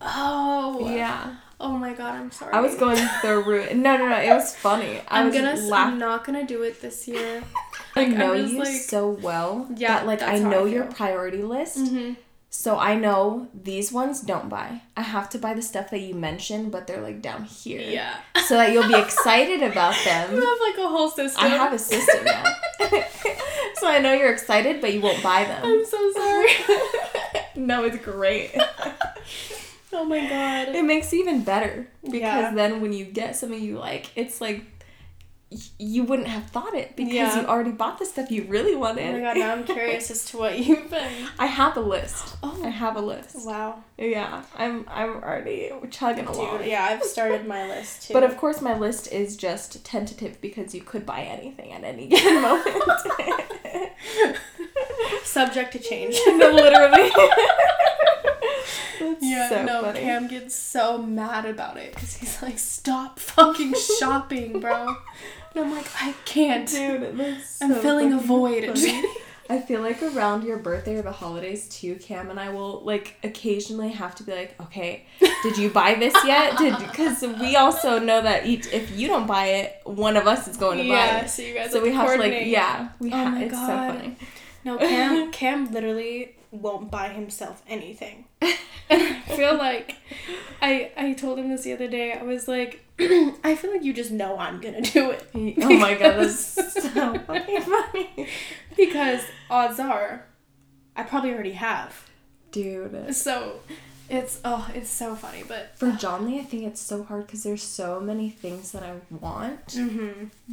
Speaker 3: Oh.
Speaker 2: Yeah,
Speaker 3: Oh my god, I'm sorry.
Speaker 2: I was going
Speaker 3: [laughs]
Speaker 2: through it. No, no, no. It was funny. I
Speaker 3: I'm
Speaker 2: was
Speaker 3: gonna. s- I'm
Speaker 2: laughing.
Speaker 3: not gonna do it this
Speaker 2: [laughs]
Speaker 3: year.
Speaker 2: I
Speaker 3: like, I
Speaker 2: know
Speaker 3: was,
Speaker 2: you
Speaker 3: like-
Speaker 2: so well
Speaker 3: Yeah,
Speaker 2: that like I
Speaker 3: that's how I
Speaker 2: know your
Speaker 3: feel.
Speaker 2: priority list.
Speaker 3: Mhm.
Speaker 2: So I know these ones don't buy. I have to buy the stuff that you mentioned, but they're like down here.
Speaker 3: Yeah.
Speaker 2: So that you'll be excited about
Speaker 3: [laughs] You
Speaker 2: them.
Speaker 3: have like a whole system.
Speaker 2: Um, I have a system now. [laughs] so I know you're excited, but you won't buy them.
Speaker 3: [laughs] I'm
Speaker 2: [laughs]
Speaker 3: so sorry. [laughs]
Speaker 2: No, it's great.
Speaker 3: oh my god.
Speaker 2: It makes it even better because
Speaker 3: Yeah.
Speaker 2: then when you get something you like, it's like y- you wouldn't have thought it because
Speaker 3: Yeah.
Speaker 2: you already bought the stuff you really wanted.
Speaker 3: Oh my god. Now I'm curious as to what you've been.
Speaker 2: [laughs] I have a list. I
Speaker 3: Oh.
Speaker 2: have a list.
Speaker 3: Wow.
Speaker 2: Yeah, I'm I'm already chugging along.
Speaker 3: Dude. Yeah, I've started my list too.
Speaker 2: But of course, my list is just tentative because you could buy anything at any [laughs] given moment.
Speaker 3: subject
Speaker 2: [laughs]
Speaker 3: to change.
Speaker 2: no, literally. That's
Speaker 3: [laughs] Yeah,
Speaker 2: so
Speaker 3: no,
Speaker 2: funny.
Speaker 3: Cam gets so mad about it because he's like, stop fucking shopping, bro. And I'm like, I [laughs] can't.
Speaker 2: Dude, that's
Speaker 3: I'm
Speaker 2: so
Speaker 3: filling a
Speaker 2: fucking
Speaker 3: void. I'm just
Speaker 2: funny.
Speaker 3: [laughs] kidding.
Speaker 2: I feel like around your birthday or the holidays too, Cam and I will like occasionally have to be like, okay, did you buy this
Speaker 3: [laughs]
Speaker 2: yet? Did because we also know that each if you don't buy it, one of us is going to
Speaker 3: yeah,
Speaker 2: buy it.
Speaker 3: so you guys
Speaker 2: So
Speaker 3: have
Speaker 2: we
Speaker 3: to
Speaker 2: have to like
Speaker 3: coordinate.
Speaker 2: yeah, we
Speaker 3: Oh
Speaker 2: have
Speaker 3: my
Speaker 2: it's so
Speaker 3: God.
Speaker 2: funny.
Speaker 3: No, [laughs] Cam, Cam literally won't buy himself anything. And I feel like I I told him this the other day. I was like, [clears throat] I feel like you just know I'm gonna do it [laughs]
Speaker 2: Oh my god, that's so fucking funny.
Speaker 3: because odds are, I probably already have.
Speaker 2: Dude.
Speaker 3: So it's oh, it's so funny, but
Speaker 2: For John Lee, I think it's so hard because there's so many things that I want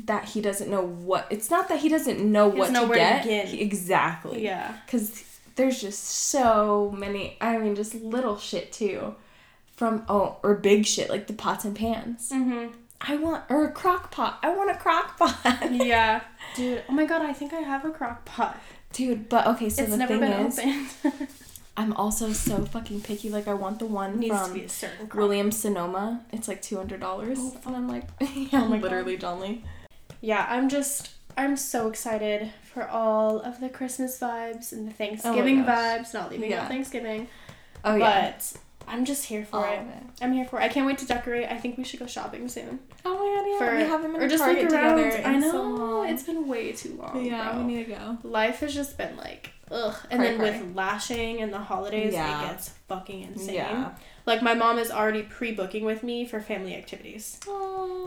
Speaker 2: that he doesn't know what. It's not that he doesn't know
Speaker 3: Mm-hmm. He
Speaker 2: what
Speaker 3: doesn't know
Speaker 2: to
Speaker 3: where to
Speaker 2: get.
Speaker 3: begin.
Speaker 2: He- Exactly.
Speaker 3: yeah.
Speaker 2: Because there's just so many. I mean, just little shit too. From, oh, or big shit like the pots and pans.
Speaker 3: Mm-hmm.
Speaker 2: I want, or a crock pot. I want a crock pot.
Speaker 3: [laughs] Yeah. Dude, oh my god, I think I have a crock pot.
Speaker 2: [laughs] Dude, but okay, so
Speaker 3: it's
Speaker 2: the
Speaker 3: never
Speaker 2: thing
Speaker 3: been
Speaker 2: is,
Speaker 3: opened. [laughs]
Speaker 2: I'm also so fucking picky. Like, I want the one
Speaker 3: Needs
Speaker 2: from
Speaker 3: to be a certain crock. Oh,
Speaker 2: William Sonoma. It's like two hundred dollars, and I'm like, [laughs] yeah,
Speaker 3: my
Speaker 2: literally John Lee.
Speaker 3: Yeah, I'm just I'm so excited for all of the Christmas vibes and the Thanksgiving
Speaker 2: Oh gosh.
Speaker 3: vibes, not leaving
Speaker 2: Yeah.
Speaker 3: out Thanksgiving.
Speaker 2: Oh
Speaker 3: But I'm just here for
Speaker 2: All
Speaker 3: it.
Speaker 2: of it.
Speaker 3: I'm here for it. I can't wait to decorate. I think we should go shopping soon.
Speaker 2: Oh my god, yeah,
Speaker 3: for
Speaker 2: we haven't been
Speaker 3: or
Speaker 2: to
Speaker 3: just
Speaker 2: Target
Speaker 3: like around.
Speaker 2: together.
Speaker 3: I
Speaker 2: in
Speaker 3: know
Speaker 2: so long.
Speaker 3: it's been way too long.
Speaker 2: yeah,
Speaker 3: bro.
Speaker 2: we need to go.
Speaker 3: life has just been like ugh and
Speaker 2: Cray
Speaker 3: then
Speaker 2: cray.
Speaker 3: with lashing and the holidays
Speaker 2: Yeah.
Speaker 3: it gets fucking insane
Speaker 2: Yeah,
Speaker 3: like my mom is already pre-booking with me for family activities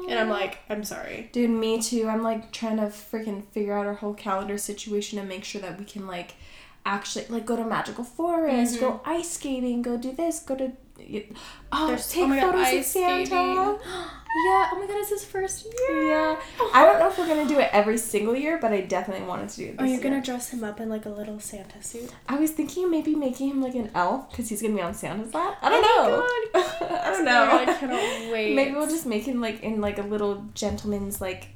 Speaker 3: and i'm like i'm sorry
Speaker 2: dude, me too. I'm like trying to freaking figure out our whole calendar situation and make sure that we can like actually like go to Magical Forest, go ice skating, go do this, go to. Oh,
Speaker 3: Mm-hmm. There's-
Speaker 2: take
Speaker 3: oh my God,
Speaker 2: photos of
Speaker 3: ice
Speaker 2: Santa.
Speaker 3: skating.
Speaker 2: [gasps] yeah, oh my god, it's his
Speaker 3: first
Speaker 2: Yeah. I don't know if we're gonna do it every single year, but I definitely wanted to do it this
Speaker 3: are you
Speaker 2: year.
Speaker 3: gonna dress him up in like a little santa suit
Speaker 2: I was thinking maybe making him like an elf because he's gonna be on Santa's lap. I don't
Speaker 3: Oh
Speaker 2: know. [laughs] I don't know.
Speaker 3: i cannot wait
Speaker 2: Maybe we'll just make him like in like a little gentleman's like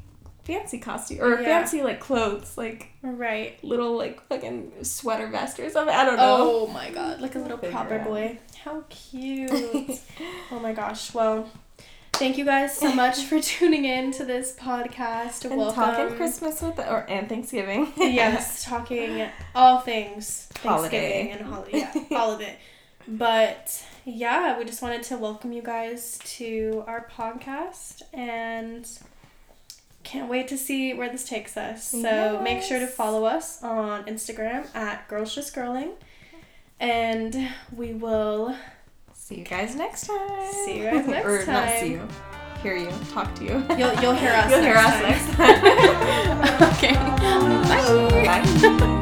Speaker 2: fancy costume or
Speaker 3: Yeah.
Speaker 2: fancy like clothes, like
Speaker 3: right
Speaker 2: little like fucking sweater vest or something. I don't know.
Speaker 3: oh my god like a
Speaker 2: [laughs]
Speaker 3: little
Speaker 2: Figure
Speaker 3: proper
Speaker 2: out.
Speaker 3: boy how cute oh my gosh well Thank you guys
Speaker 2: [laughs]
Speaker 3: so much for tuning in to this podcast.
Speaker 2: And
Speaker 3: Welcome.
Speaker 2: talking Christmas with or and Thanksgiving.
Speaker 3: yes, [laughs] talking all things
Speaker 2: Holiday.
Speaker 3: Thanksgiving and holiday, yeah, all of [laughs] it. But yeah, we just wanted to welcome you guys to our podcast and can't wait to see where this takes us. So make sure to
Speaker 2: Yes.
Speaker 3: follow us on Instagram at Girls Just Girling, and we will
Speaker 2: [laughs] See you guys next time.
Speaker 3: See you guys next
Speaker 2: [laughs] or not
Speaker 3: time.
Speaker 2: see you. Hear you. Talk to you. [laughs]
Speaker 3: you'll you'll hear us.
Speaker 2: You'll hear
Speaker 3: next
Speaker 2: us
Speaker 3: time.
Speaker 2: next time. okay. Bye. Bye.